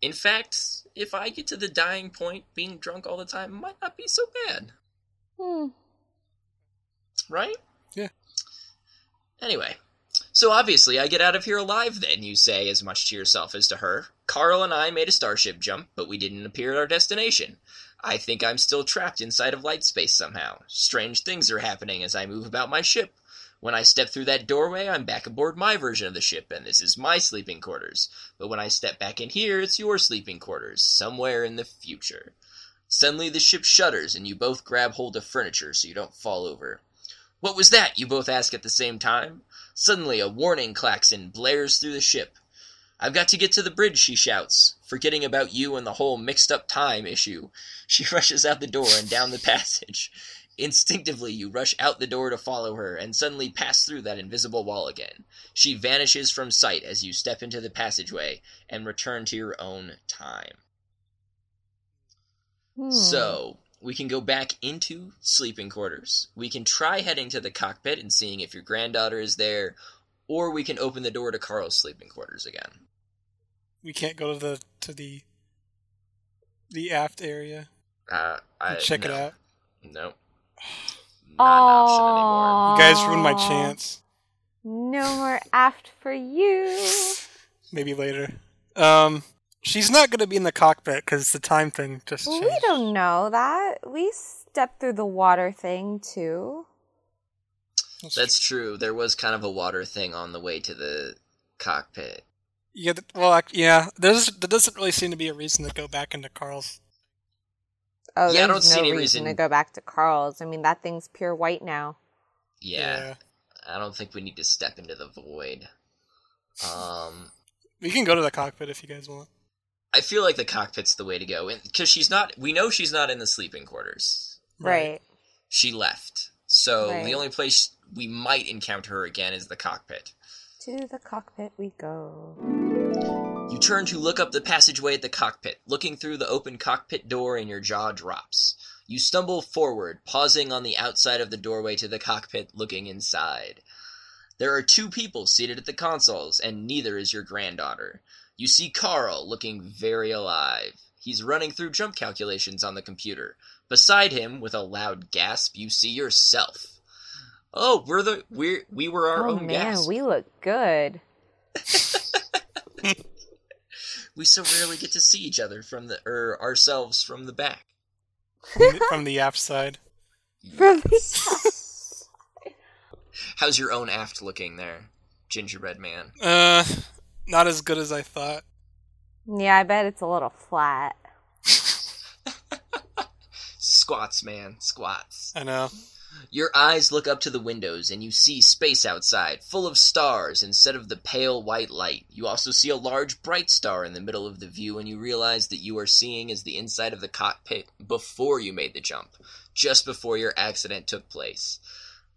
Speaker 4: In fact, if I get to the dying point, being drunk all the time might not be so bad,
Speaker 3: Hmm.
Speaker 4: right?
Speaker 2: Yeah.
Speaker 4: Anyway, so obviously I get out of here alive then, you say as much to yourself as to her. Carl and I made a starship jump, but we didn't appear at our destination. I think I'm still trapped inside of light space somehow. Strange things are happening as I move about my ship. When I step through that doorway, I'm back aboard my version of the ship, and this is my sleeping quarters. But when I step back in here, it's your sleeping quarters, somewhere in the future. Suddenly, the ship shudders, and you both grab hold of furniture so you don't fall over. What was that? You both ask at the same time. Suddenly, a warning klaxon blares through the ship. I've got to get to the bridge, she shouts, forgetting about you and the whole mixed up time issue. (laughs) She rushes out the door and down the passage. Instinctively, you rush out the door to follow her and suddenly pass through that invisible wall again. She vanishes from sight as you step into the passageway and return to your own time.
Speaker 3: Hmm.
Speaker 4: So we can go back into sleeping quarters. We can try heading to the cockpit and seeing if your granddaughter is there, or we can open the door to Carl's sleeping quarters again.
Speaker 2: We can't go to the to the the aft area
Speaker 4: Uh, I,
Speaker 2: and check
Speaker 4: no,
Speaker 2: it out.
Speaker 4: No, not
Speaker 3: Aw.
Speaker 4: an option anymore.
Speaker 2: You guys ruined my chance.
Speaker 3: No more aft for you.
Speaker 2: Maybe later. Um, she's not going to be in the cockpit because the time thing just
Speaker 3: Well,
Speaker 2: changed.
Speaker 3: we don't know that. We step through the water thing too.
Speaker 4: That's true. There was kind of a water thing on the way to the cockpit.
Speaker 2: yeah. th- Well, ac- yeah. There's there doesn't really seem to be a reason to go back into Carl's.
Speaker 3: Oh,
Speaker 4: Yeah, I
Speaker 3: there's
Speaker 4: don't see
Speaker 3: no
Speaker 4: any
Speaker 3: reason to
Speaker 4: reason-
Speaker 3: go back to Carl's. I mean, that thing's pure white now.
Speaker 4: Yeah,
Speaker 2: uh,
Speaker 4: I don't think we need to step into the void. Um,
Speaker 2: We can go to the cockpit if you guys want.
Speaker 4: I feel like the cockpit's the way to go because she's not. We know she's not in the sleeping quarters.
Speaker 3: Right.
Speaker 4: She left, so
Speaker 3: Right.
Speaker 4: the only place we might encounter her again is the cockpit.
Speaker 3: To the cockpit we go.
Speaker 4: You turn to look up the passageway at the cockpit. Looking through the open cockpit door, and your jaw drops. You stumble forward, pausing on the outside of the doorway to the cockpit, looking inside. There are two people seated at the consoles, and neither is your granddaughter. You see Carl looking very alive. He's running through jump calculations on the computer. Beside him, with a loud gasp, you see yourself. Oh, we're the we we were our
Speaker 3: oh
Speaker 4: own
Speaker 3: man,
Speaker 4: gasp.
Speaker 3: we look
Speaker 4: (laughs)
Speaker 3: good.
Speaker 4: we so rarely get to see each other from the er ourselves from the back.
Speaker 2: From the, from the aft side.
Speaker 4: How's your own aft looking there, gingerbread man?
Speaker 2: Uh, not as good as I thought.
Speaker 3: (laughs) yeah, I bet it's a little flat.
Speaker 4: Squats, man, squats.
Speaker 2: I know.
Speaker 4: Your eyes look up to the windows and you see space outside, full of stars instead of the pale white light. You also see a large bright star in the middle of the view, and you realize that you are seeing is the inside of the cockpit before you made the jump, just before your accident took place.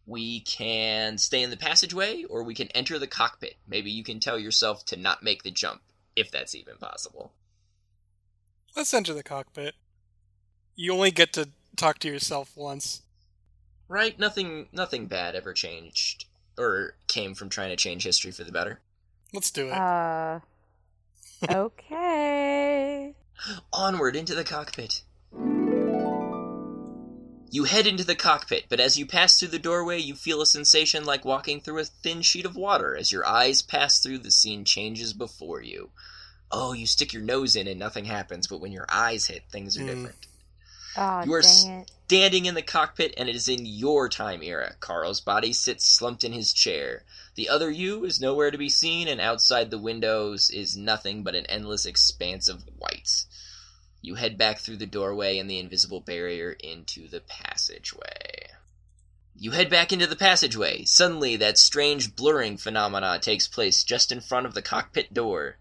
Speaker 4: We can stay in the passageway or we can enter the cockpit. Maybe you can tell yourself to not make the jump, if that's even possible.
Speaker 2: Let's enter the cockpit. You only get to talk to yourself once.
Speaker 4: Right? Nothing nothing bad ever changed or came from trying to change history for the better.
Speaker 2: Let's do it.
Speaker 3: Uh
Speaker 4: (laughs)
Speaker 3: okay.
Speaker 4: onward into the cockpit. You head into the cockpit, but as you pass through the doorway, you feel a sensation like walking through a thin sheet of water. As your eyes pass through, the scene changes before you. Oh, you stick your nose in and nothing happens, but when your eyes hit, things are
Speaker 2: Mm.
Speaker 4: different.
Speaker 3: Oh
Speaker 4: You are s-
Speaker 3: dang it.
Speaker 4: Standing in the cockpit, and it is in your time era. Carl's body sits slumped in his chair. The other you is nowhere to be seen, and outside the windows is nothing but an endless expanse of white. You head back through the doorway and the invisible barrier into the passageway. You head back into the passageway. Suddenly, that strange blurring phenomena takes place just in front of the cockpit door.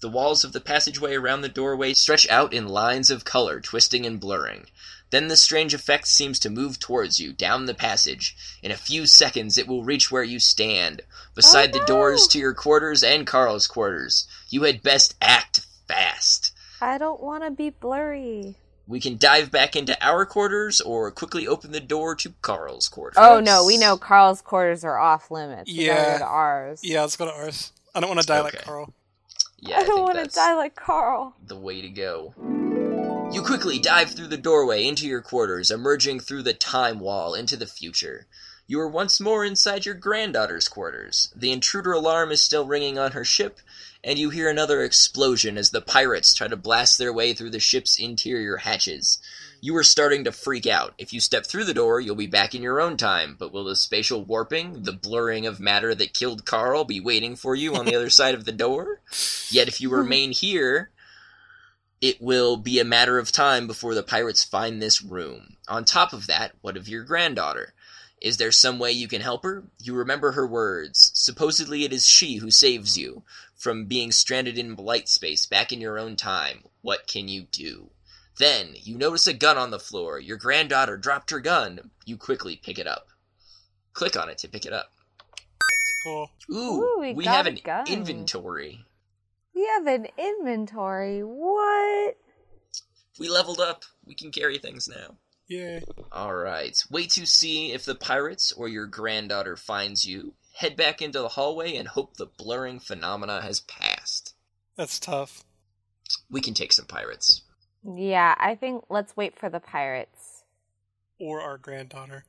Speaker 4: The walls of the passageway around the doorway stretch out in lines of color, twisting and blurring. Then the strange effect seems to move towards you down the passage. In a few seconds, it will reach where you stand, beside
Speaker 3: no.
Speaker 4: the doors to your quarters and Carl's quarters. You had best act fast.
Speaker 3: I don't wanna be blurry.
Speaker 4: We can dive back into our quarters or quickly open the door to Carl's quarters.
Speaker 3: Oh no, we know Carl's quarters are off limits. We gotta
Speaker 2: Yeah.
Speaker 3: go to ours.
Speaker 2: yeah, let's go to ours. I don't want to die like
Speaker 4: Okay.
Speaker 2: Carl.
Speaker 4: Yeah,
Speaker 3: (laughs)
Speaker 4: I,
Speaker 3: I don't
Speaker 4: want
Speaker 3: wanna
Speaker 4: to
Speaker 3: die like Carl.
Speaker 4: the way to go. You quickly dive through the doorway into your quarters, emerging through the time wall into the future. You are once more inside your granddaughter's quarters. The intruder alarm is still ringing on her ship, and you hear another explosion as the pirates try to blast their way through the ship's interior hatches. You are starting to freak out. If you step through the door, you'll be back in your own time, but will the spatial warping, the blurring of matter that killed Carl, be waiting for you on the other side of the door? Yet if you remain here, it will be a matter of time before the pirates find this room. On top of that, what of your granddaughter? Is there some way you can help her? You remember her words. Supposedly, it is she who saves you from being stranded in light space back in your own time. What can you do? Then, you notice a gun on the floor. Your granddaughter dropped her gun. You quickly pick it up. Click on it to pick it up.
Speaker 2: Cool.
Speaker 4: Ooh,
Speaker 3: Ooh, we
Speaker 4: we,
Speaker 3: got
Speaker 4: have
Speaker 3: a
Speaker 4: an
Speaker 3: gun.
Speaker 4: inventory.
Speaker 3: We have an inventory. What?
Speaker 4: We leveled up. We can carry things now.
Speaker 2: Yay.
Speaker 4: All right. Wait to see if the pirates or your granddaughter finds you. Head back into the hallway and hope the blurring phenomena has passed.
Speaker 2: That's tough.
Speaker 4: We can take some pirates.
Speaker 3: Yeah, I think let's wait for the pirates.
Speaker 2: Or our granddaughter.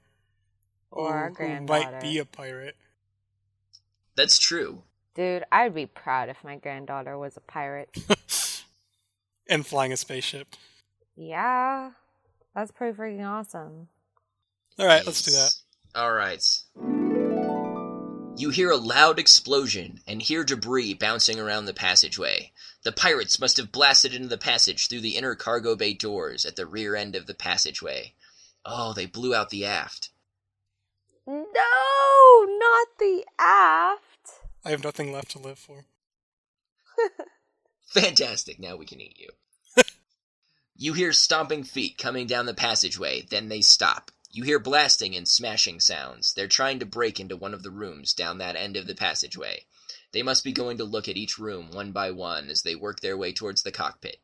Speaker 3: Or our
Speaker 2: Who- Who
Speaker 3: granddaughter.
Speaker 2: might be a pirate.
Speaker 4: That's true.
Speaker 3: Dude, I'd be proud if my granddaughter was a pirate.
Speaker 2: and flying a spaceship.
Speaker 3: yeah. That's pretty freaking awesome.
Speaker 2: All right, let's do that.
Speaker 4: All right. You hear a loud explosion and hear debris bouncing around the passageway. The pirates must have blasted into the passage through the inner cargo bay doors at the rear end of the passageway. Oh, they blew out the aft.
Speaker 3: No, not the aft.
Speaker 2: I have nothing left to live for.
Speaker 4: Fantastic, now we can eat you. you hear stomping feet coming down the passageway, then they stop. You hear blasting and smashing sounds. They're trying to break into one of the rooms down that end of the passageway. They must be going to look at each room one by one as they work their way towards the cockpit.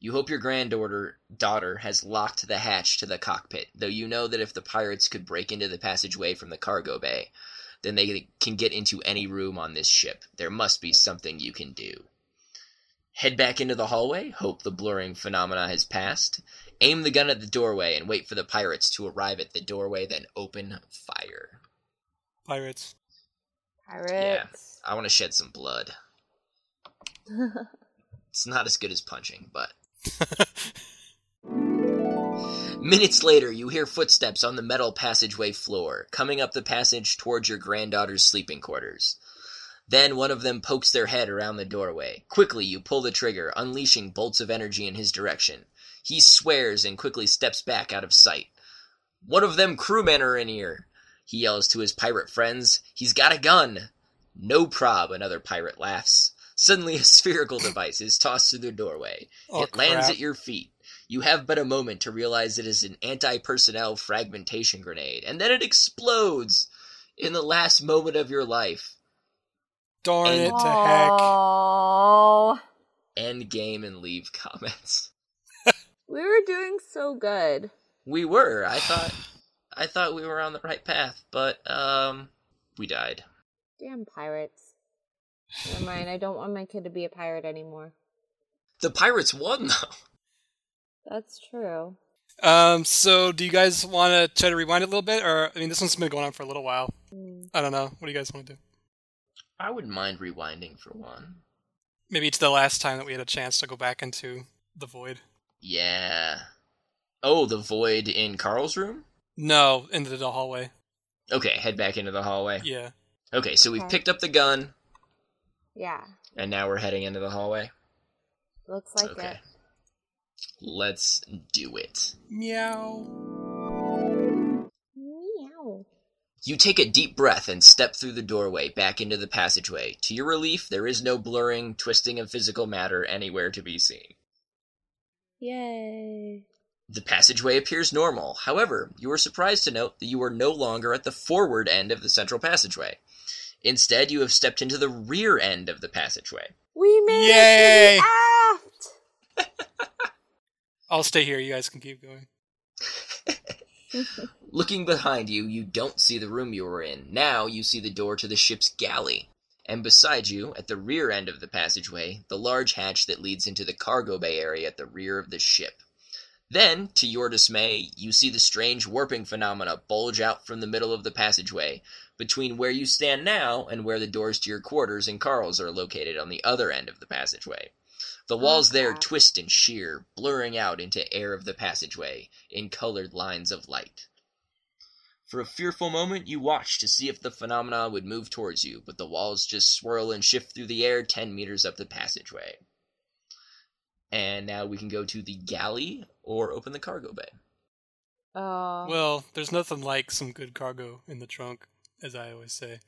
Speaker 4: You hope your granddaughter daughter has locked the hatch to the cockpit, though you know that if the pirates could break into the passageway from the cargo bay, then they can get into any room on this ship. There must be something you can do. Head back into the hallway, hope the blurring phenomena has passed. Aim the gun at the doorway and wait for the pirates to arrive at the doorway, then open fire.
Speaker 2: Pirates.
Speaker 3: Pirates.
Speaker 4: I want to shed some blood. it's not as good as punching, but. Minutes later, you hear footsteps on the metal passageway floor, coming up the passage towards your granddaughter's sleeping quarters. Then one of them pokes their head around the doorway. Quickly, you pull the trigger, unleashing bolts of energy in his direction. He swears and quickly steps back out of sight. One of them crewmen are in here, he yells to his pirate friends. He's got a gun. No prob, another pirate laughs. Suddenly, a
Speaker 2: (laughs)
Speaker 4: spherical device is tossed through the doorway.
Speaker 2: Oh,
Speaker 4: it lands
Speaker 2: crap.
Speaker 4: at your feet. You have but a moment to realize it is an anti personnel fragmentation grenade, and then it explodes in the last moment of your life.
Speaker 2: Darn
Speaker 4: And-
Speaker 2: it to heck.
Speaker 3: Oh,
Speaker 4: end game and leave (laughs) comments.
Speaker 3: we were doing so good.
Speaker 4: We were. I thought I thought we were on the right path, but um we died.
Speaker 3: Damn pirates. Never mind. I don't want my kid to be a pirate anymore.
Speaker 4: The pirates won (laughs) though.
Speaker 3: That's true.
Speaker 2: Um, so do you guys want to try to rewind it a little bit, or I mean, this one's been going on for a little while.
Speaker 3: Hmm.
Speaker 2: I don't know. What do you guys want to do?
Speaker 4: I wouldn't mind rewinding for one.
Speaker 2: Maybe it's the last time that we had a chance to go back into the void.
Speaker 4: Yeah. Oh, the void in Carl's room?
Speaker 2: No, into the hallway.
Speaker 4: Okay, head back into the hallway.
Speaker 2: Yeah.
Speaker 4: Okay, so we've
Speaker 3: Okay.
Speaker 4: picked up the gun
Speaker 3: Yeah,
Speaker 4: and now we're heading into the hallway.
Speaker 3: looks like
Speaker 4: okay.
Speaker 3: it.
Speaker 4: Let's do it.
Speaker 2: Meow.
Speaker 3: Meow.
Speaker 4: You take a deep breath and step through the doorway back into the passageway. To your relief, there is no blurring, twisting of physical matter anywhere to be seen.
Speaker 3: Yay.
Speaker 4: The passageway appears normal. However, you are surprised to note that you are no longer at the forward end of the central passageway. Instead, you have stepped into the rear end of the passageway.
Speaker 3: We made
Speaker 2: Yay.
Speaker 3: it to the aft.
Speaker 2: I'll stay here. You guys can keep going.
Speaker 4: Looking behind you, you don't see the room you were in. Now you see the door to the ship's galley. And beside you, at the rear end of the passageway, the large hatch that leads into the cargo bay area at the rear of the ship. Then, to your dismay, you see the strange warping phenomena bulge out from the middle of the passageway, between where you stand now and where the doors to your quarters and Carl's are located on the other end of the passageway. The walls there
Speaker 3: crap.
Speaker 4: twist and shear, blurring out into air of the passageway in colored lines of light. For a fearful moment, you watch to see if the phenomena would move towards you, but the walls just swirl and shift through the air 10 meters up the passageway. And now we can go to the galley or open the cargo bay.
Speaker 3: Oh.
Speaker 2: Well, there's nothing like some good cargo in the trunk, as I always say.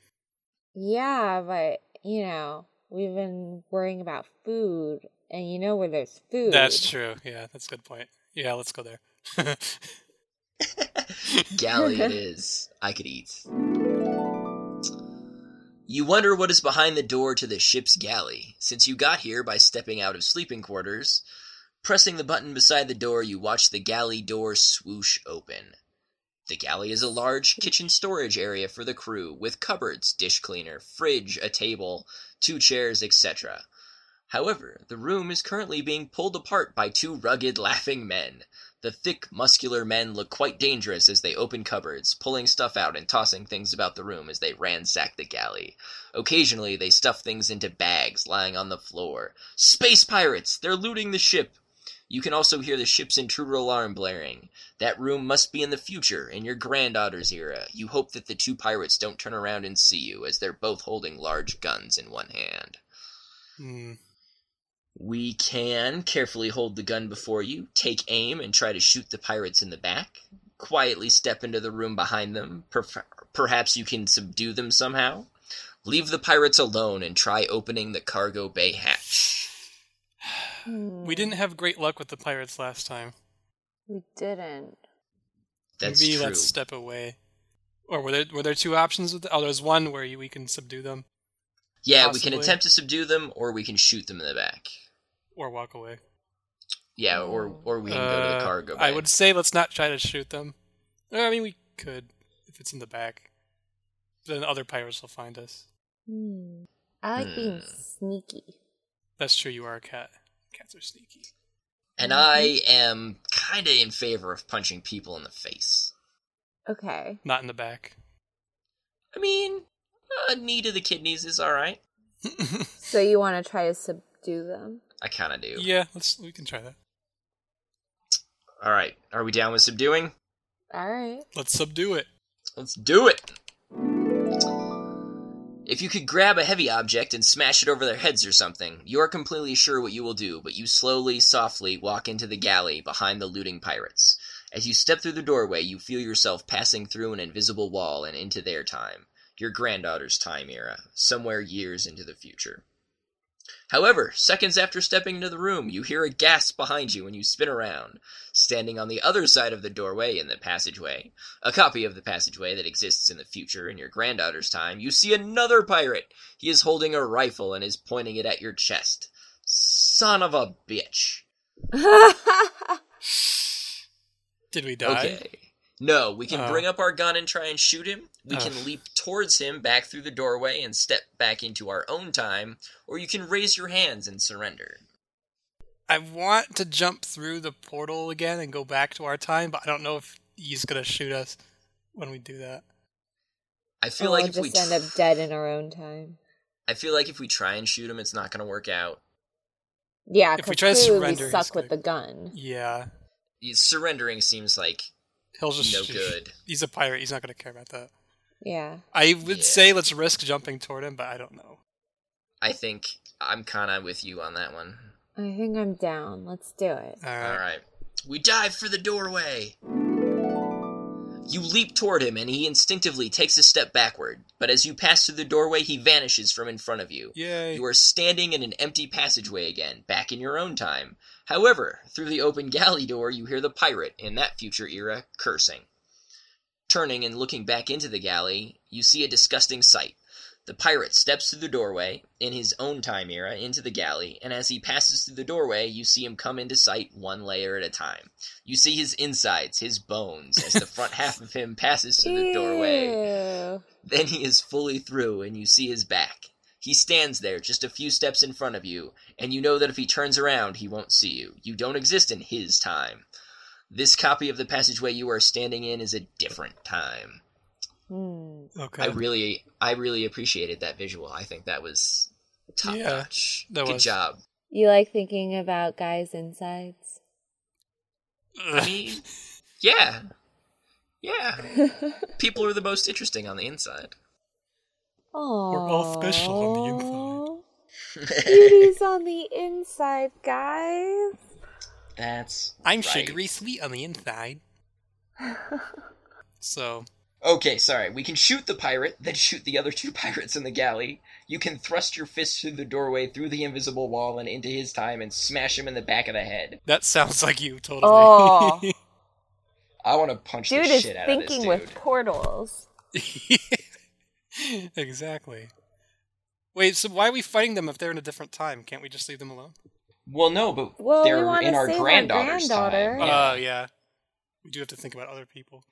Speaker 3: yeah, but you know, we've been worrying about food, and you know where there's food.
Speaker 2: That's true. Yeah, that's a good point. Yeah, let's go there. (laughs)
Speaker 4: (laughs) Galley it is. I could eat. You wonder what is behind the door to the ship's galley. Since you got here by stepping out of sleeping quarters, pressing the button beside the door, you watch the galley door swoosh open. The galley is a large kitchen storage area for the crew, with cupboards, dish cleaner, fridge, a table, two chairs, etc. However, the room is currently being pulled apart by two rugged, (laughs) laughing men. The thick, muscular men look quite dangerous as they open cupboards, pulling stuff out and tossing things about the room as they ransack the galley. Occasionally, they stuff things into bags lying on the floor. Space pirates! They're looting the ship! You can also hear the ship's intruder alarm blaring. That room must be in the future, in your granddaughter's era. You hope that the two pirates don't turn around and see you, as they're both holding large guns in one hand.
Speaker 2: Hmm.
Speaker 4: We can carefully hold the gun before you, take aim, and try to shoot the pirates in the back. Quietly step into the room behind them. Perf- perhaps you can subdue them somehow. Leave the pirates alone and try opening the cargo bay hatch.
Speaker 2: We didn't have great luck with the pirates last time.
Speaker 3: Hmm. We didn't.
Speaker 4: That's
Speaker 2: Maybe
Speaker 4: true.
Speaker 2: let's step away. Or were there were there two options? With the, oh, there's one where you, we can subdue them
Speaker 4: yeah, we
Speaker 2: possibly.
Speaker 4: can attempt to subdue them, or we can shoot them in the back.
Speaker 2: or walk away.
Speaker 4: Yeah, or or we can go to the
Speaker 2: Uh,
Speaker 4: cargo bay.
Speaker 2: I would say let's not try to shoot them. Uh, I mean, we could if it's in the back. Then other pirates will find us.
Speaker 3: Hmm. I like being sneaky.
Speaker 2: That's true. You are a cat. Cats are sneaky.
Speaker 4: And
Speaker 2: mm-hmm.
Speaker 4: I am kind of in favor of punching people in the face.
Speaker 3: Okay.
Speaker 2: Not in the back. (laughs)
Speaker 4: I mean, a knee to the kidneys is all right.
Speaker 3: So you want to try to subdue them?
Speaker 4: I kind of do.
Speaker 2: yeah, let's. We can try that.
Speaker 4: All right, are we down with subduing?
Speaker 3: All (laughs) right.
Speaker 2: Let's subdue it.
Speaker 4: Let's do it! If you could grab a heavy object and smash it over their heads or something, you are completely sure what you will do, but you slowly, softly walk into the galley behind the looting pirates. As you step through the doorway, you feel yourself passing through an invisible wall and into their time, your granddaughter's time era, somewhere years into the future. However, seconds after stepping into the room, you hear a gasp behind you and you spin around. Standing on the other side of the doorway in the passageway, a copy of the passageway that exists in the future in your granddaughter's time, you see another pirate. He is holding a rifle and is pointing it at your chest. Son of a bitch.
Speaker 2: Did we die?
Speaker 4: Okay. No, we can
Speaker 2: Oh.
Speaker 4: bring up our gun and try and shoot him. We
Speaker 2: Ugh.
Speaker 4: can leap towards him back through the doorway and step back into our own time, or you can raise your hands and surrender.
Speaker 2: I want to jump through the portal again and go back to our time, but I don't know if he's gonna shoot us when we do that.
Speaker 4: I feel
Speaker 3: Oh,
Speaker 4: like
Speaker 3: we'll
Speaker 4: if we
Speaker 3: just end up dead in our own time.
Speaker 4: I feel like if we try and shoot him, it's not going to work out.
Speaker 3: Yeah,
Speaker 2: If
Speaker 3: if
Speaker 2: we
Speaker 3: we
Speaker 2: try to surrender, he's
Speaker 3: we suck with
Speaker 2: gonna-
Speaker 3: the gun.
Speaker 2: Yeah,
Speaker 4: Y- Surrendering seems like
Speaker 2: he'll just
Speaker 4: no
Speaker 2: shoot.
Speaker 4: good.
Speaker 2: He's a pirate. He's not gonna care about that.
Speaker 3: Yeah.
Speaker 2: I would
Speaker 4: Yeah.
Speaker 2: say let's risk jumping toward him, but I don't know.
Speaker 4: I think I'm kind of with you on that one.
Speaker 3: I think I'm down. Let's do it.
Speaker 2: All right.
Speaker 4: All right. We dive for the doorway. You leap toward him, and he instinctively takes a step backward. But as you pass through the doorway, he vanishes from in front of you.
Speaker 2: Yay!
Speaker 4: You are standing in an empty passageway again, back in your own time. However, through the open galley door, you hear the pirate, in that future era, cursing. Turning and looking back into the galley, you see a disgusting sight. The pirate steps through the doorway, in his own time era, into the galley, and as he passes through the doorway, you see him come into sight one layer at a time. You see his insides, his bones, as the front half of him passes through the doorway.
Speaker 3: Ew.
Speaker 4: Then he is fully through, and you see his back. He stands there just a few steps in front of you, and you know that if he turns around, he won't see you. You don't exist in his time. This copy of the passageway you are standing in is a different time.
Speaker 3: Hmm.
Speaker 2: okay.
Speaker 4: I
Speaker 2: (laughs)
Speaker 4: really, I really appreciated that visual. I think that was top
Speaker 2: Yeah,
Speaker 4: notch.
Speaker 2: that
Speaker 4: Good
Speaker 2: was.
Speaker 4: job.
Speaker 3: You like thinking about guys' insides?
Speaker 4: I mean, yeah, yeah. People are the most interesting on the inside.
Speaker 3: Oh,
Speaker 2: all special on the inside.
Speaker 3: Beauty's on the inside, guys.
Speaker 4: That's
Speaker 2: I'm
Speaker 4: right.
Speaker 2: sugary sweet on the inside. so
Speaker 4: Okay, sorry. We can shoot the pirate, then shoot the other (laughs) two pirates in the galley. You can thrust your fist through the doorway, through the invisible wall, and into his time and smash him in the back of the head.
Speaker 2: that sounds like you totally.
Speaker 3: Oh.
Speaker 4: I want to punch
Speaker 3: Dude
Speaker 4: the
Speaker 3: is
Speaker 4: shit out
Speaker 3: thinking
Speaker 4: of this
Speaker 3: with
Speaker 4: dude.
Speaker 3: portals.
Speaker 2: (laughs) exactly. Wait, so why are we fighting them if they're in a different time? Can't we just leave them alone?
Speaker 4: Well, no, but
Speaker 3: Well, we
Speaker 4: they're
Speaker 3: wanna
Speaker 4: in our
Speaker 3: save our
Speaker 4: granddaughter's
Speaker 3: granddaughter.
Speaker 4: time.
Speaker 2: Uh, yeah. We do have to think about other people.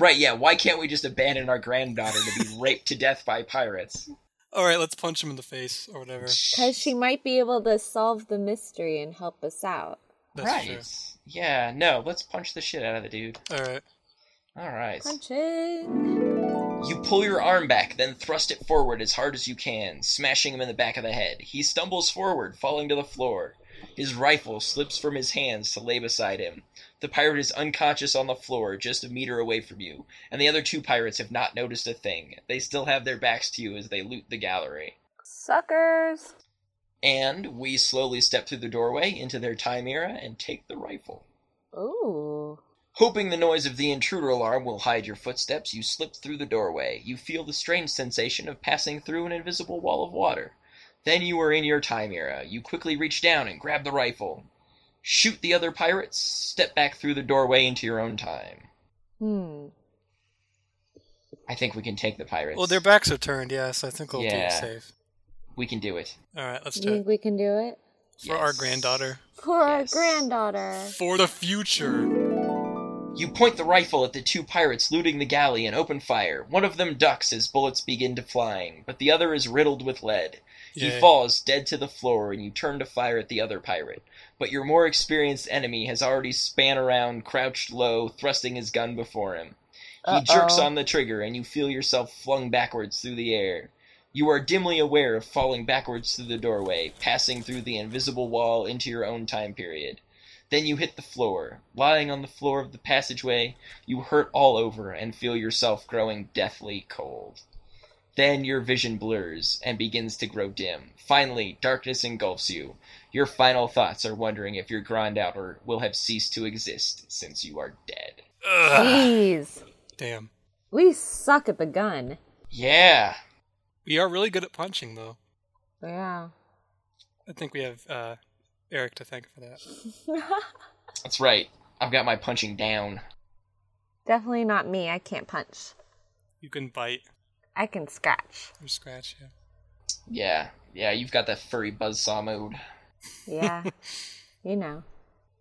Speaker 4: Right, yeah. Why can't we just abandon our granddaughter to be (laughs) raped to death
Speaker 3: (laughs)
Speaker 4: by pirates?
Speaker 2: All right, let's punch him in the face or whatever.
Speaker 3: Because she might be able to solve the mystery and help us out.
Speaker 2: That's
Speaker 4: right. Yeah, no, let's punch the shit out of the dude.
Speaker 2: true. All right.
Speaker 4: All right.
Speaker 3: Punch it.
Speaker 4: You pull your arm back, then thrust it forward as hard as you can, smashing him in the back of the head. He stumbles forward, falling to the floor. His rifle slips from his hands to lay beside him. The pirate is unconscious on the floor, just a meter away from you, and the other two pirates have not noticed a thing. They still have their backs to you as they loot the gallery.
Speaker 3: Suckers.
Speaker 4: And we slowly step through the doorway into their time era and take the rifle.
Speaker 3: Ooh.
Speaker 4: Hoping the noise of the intruder alarm will hide your footsteps, you slip through the doorway. You feel the strange sensation of passing through an invisible wall of water. Then you are in your time era. You quickly reach down and grab the rifle. Shoot the other pirates, step back through the doorway into your own time.
Speaker 3: Hmm.
Speaker 4: I think we can take the pirates.
Speaker 2: Well, their backs are turned, yeah, so I think we'll be
Speaker 4: Yeah.
Speaker 2: safe.
Speaker 4: we can do it.
Speaker 2: All right, let's
Speaker 3: You
Speaker 2: do it.
Speaker 3: think we can do it?
Speaker 2: For our
Speaker 4: Yes.
Speaker 2: granddaughter.
Speaker 3: For
Speaker 4: Yes.
Speaker 3: our granddaughter.
Speaker 2: For the future.
Speaker 4: You point the rifle at the two pirates looting the galley and open fire. One of them ducks as bullets begin to flying, but the other is riddled with lead. He
Speaker 2: Yay.
Speaker 4: falls dead to the floor, and you turn to fire at the other pirate. But your more experienced enemy has already span around, crouched low, thrusting his gun before him. He jerks
Speaker 3: Uh-oh.
Speaker 4: on the trigger, and you feel yourself flung backwards through the air. You are dimly aware of falling backwards through the doorway, passing through the invisible wall into your own time period. Then you hit the floor. Lying on the floor of the passageway, you hurt all over and feel yourself growing deathly cold. Then your vision blurs and begins to grow dim. Finally, darkness engulfs you. Your final thoughts are wondering if your granddaughter will have ceased to exist since you are dead. Ah.
Speaker 2: Ugh.
Speaker 3: Jeez.
Speaker 2: Damn.
Speaker 3: We suck at the gun.
Speaker 4: Yeah.
Speaker 2: We are really good at punching, though.
Speaker 3: Yeah.
Speaker 2: I think we have uh, Eric to thank for that.
Speaker 4: That's right. I've got my punching down.
Speaker 3: Definitely not me. I can't punch.
Speaker 2: You can bite
Speaker 3: I can scratch.
Speaker 2: or scratch, yeah.
Speaker 4: Yeah. Yeah, you've got that furry buzzsaw mode.
Speaker 2: (laughs)
Speaker 3: Yeah. you know.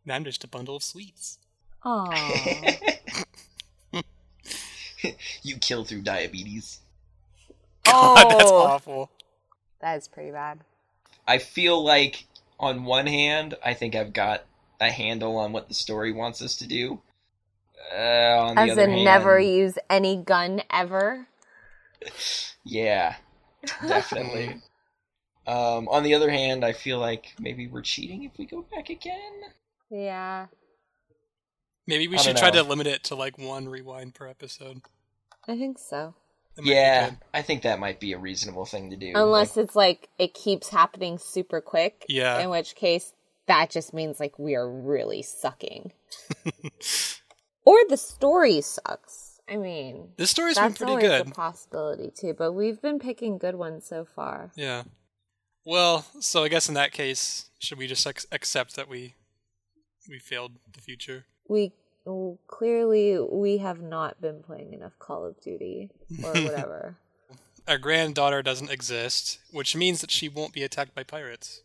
Speaker 2: Now I'm just a bundle of sweets. (laughs)
Speaker 3: Oh.
Speaker 4: You kill through diabetes.
Speaker 2: God, that's
Speaker 3: oh.
Speaker 2: awful.
Speaker 3: That is pretty bad.
Speaker 4: I feel like, on one hand, I think I've got a handle on what the story wants us to do. Uh, on the
Speaker 3: As
Speaker 4: other
Speaker 3: in,
Speaker 4: hand,
Speaker 3: never use any gun ever.
Speaker 4: Yeah,
Speaker 2: (laughs)
Speaker 4: definitely. um, on the other hand, I feel like maybe we're cheating if we go back again.
Speaker 3: Yeah.
Speaker 2: Maybe we
Speaker 4: I
Speaker 2: should
Speaker 4: don't
Speaker 2: try
Speaker 4: know.
Speaker 2: to limit it to like one rewind per episode.
Speaker 3: I think so.
Speaker 2: That might be
Speaker 4: Yeah,
Speaker 2: good.
Speaker 4: I think that might be a reasonable thing to do.
Speaker 3: Unless it's like it keeps happening super quick.
Speaker 2: Yeah.
Speaker 3: In which case, that just means like we are really sucking. or the story sucks. I mean,
Speaker 2: (laughs) This story's
Speaker 3: that's
Speaker 2: been
Speaker 3: always
Speaker 2: pretty good.
Speaker 3: a possibility too, but we've been picking good ones so far.
Speaker 2: Yeah. Well, so I guess in that case, should we just ex- accept that we we failed the future?
Speaker 3: We well, clearly we have not been playing enough Call of Duty
Speaker 2: (laughs)
Speaker 3: or whatever.
Speaker 2: Our granddaughter doesn't exist, which means that she won't be attacked by pirates.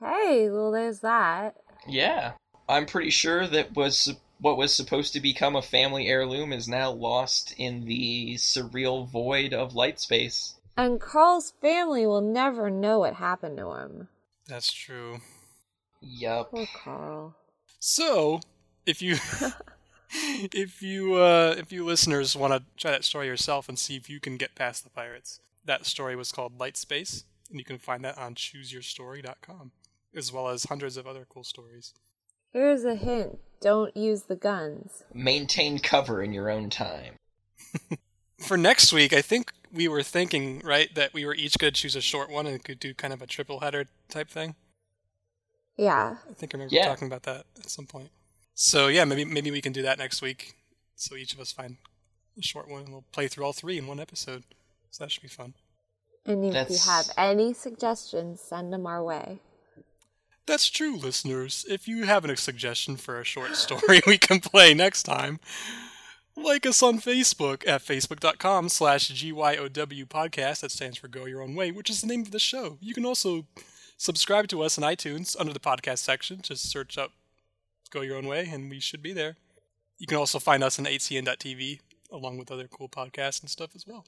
Speaker 3: hey, well, there's that.
Speaker 4: Yeah, I'm pretty sure that was what was supposed to become a family heirloom is now lost in the surreal void of light space.
Speaker 3: And Carl's family will never know what happened to him.
Speaker 2: That's true.
Speaker 4: Yup.
Speaker 3: Poor Carl.
Speaker 2: So, if you (laughs) if you uh, if you listeners want to try that story yourself and see if you can get past the pirates, that story was called Light Space, and you can find that on ChooseYourStory.com, as well as hundreds of other cool stories.
Speaker 3: Here's a hint don't use the guns.
Speaker 4: Maintain cover in your own time.
Speaker 2: For next week, I think we were thinking right that we were each going to choose a short one and could do kind of a triple header type thing.
Speaker 3: Yeah.
Speaker 2: I think I remember
Speaker 4: Yeah.
Speaker 2: talking about that at some point. So yeah, maybe maybe we can do that next week. So each of us find a short one and we'll play through all three in one episode. So that should be fun.
Speaker 3: And if
Speaker 4: That's-
Speaker 3: you have any suggestions, send them our way.
Speaker 2: That's true, listeners. If you have a suggestion for a short (laughs) story we can play next time, like us on Facebook at facebook.com slash GYOW podcast. That stands for Go Your Own Way, which is the name of the show. You can also subscribe to us on iTunes under the podcast section. Just search up Go Your Own Way and we should be there. You can also find us on HCN.tv along with other cool podcasts and stuff as well.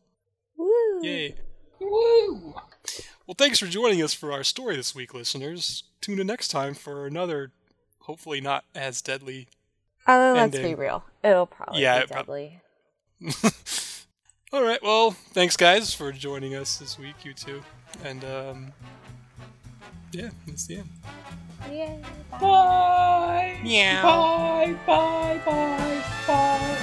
Speaker 3: Woo!
Speaker 2: Yay.
Speaker 4: Woo!
Speaker 2: Well, thanks for joining us for our story this week, listeners. Tune in next time for another, hopefully not as deadly. (laughs)
Speaker 3: Although, Oh, let's be
Speaker 2: Ending.
Speaker 3: real, it'll probably
Speaker 2: Yeah,
Speaker 3: be
Speaker 2: it prob-
Speaker 3: deadly.
Speaker 2: All right, well, thanks guys for joining us this week, you two, and um, Yeah, that's the end.
Speaker 3: Yay.
Speaker 5: Bye.
Speaker 2: Meow.
Speaker 5: Bye. Bye. Bye. Bye.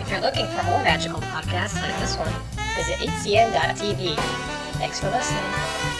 Speaker 1: If you're looking for more magical podcasts like this one, visit hcn.tv. Thanks for listening.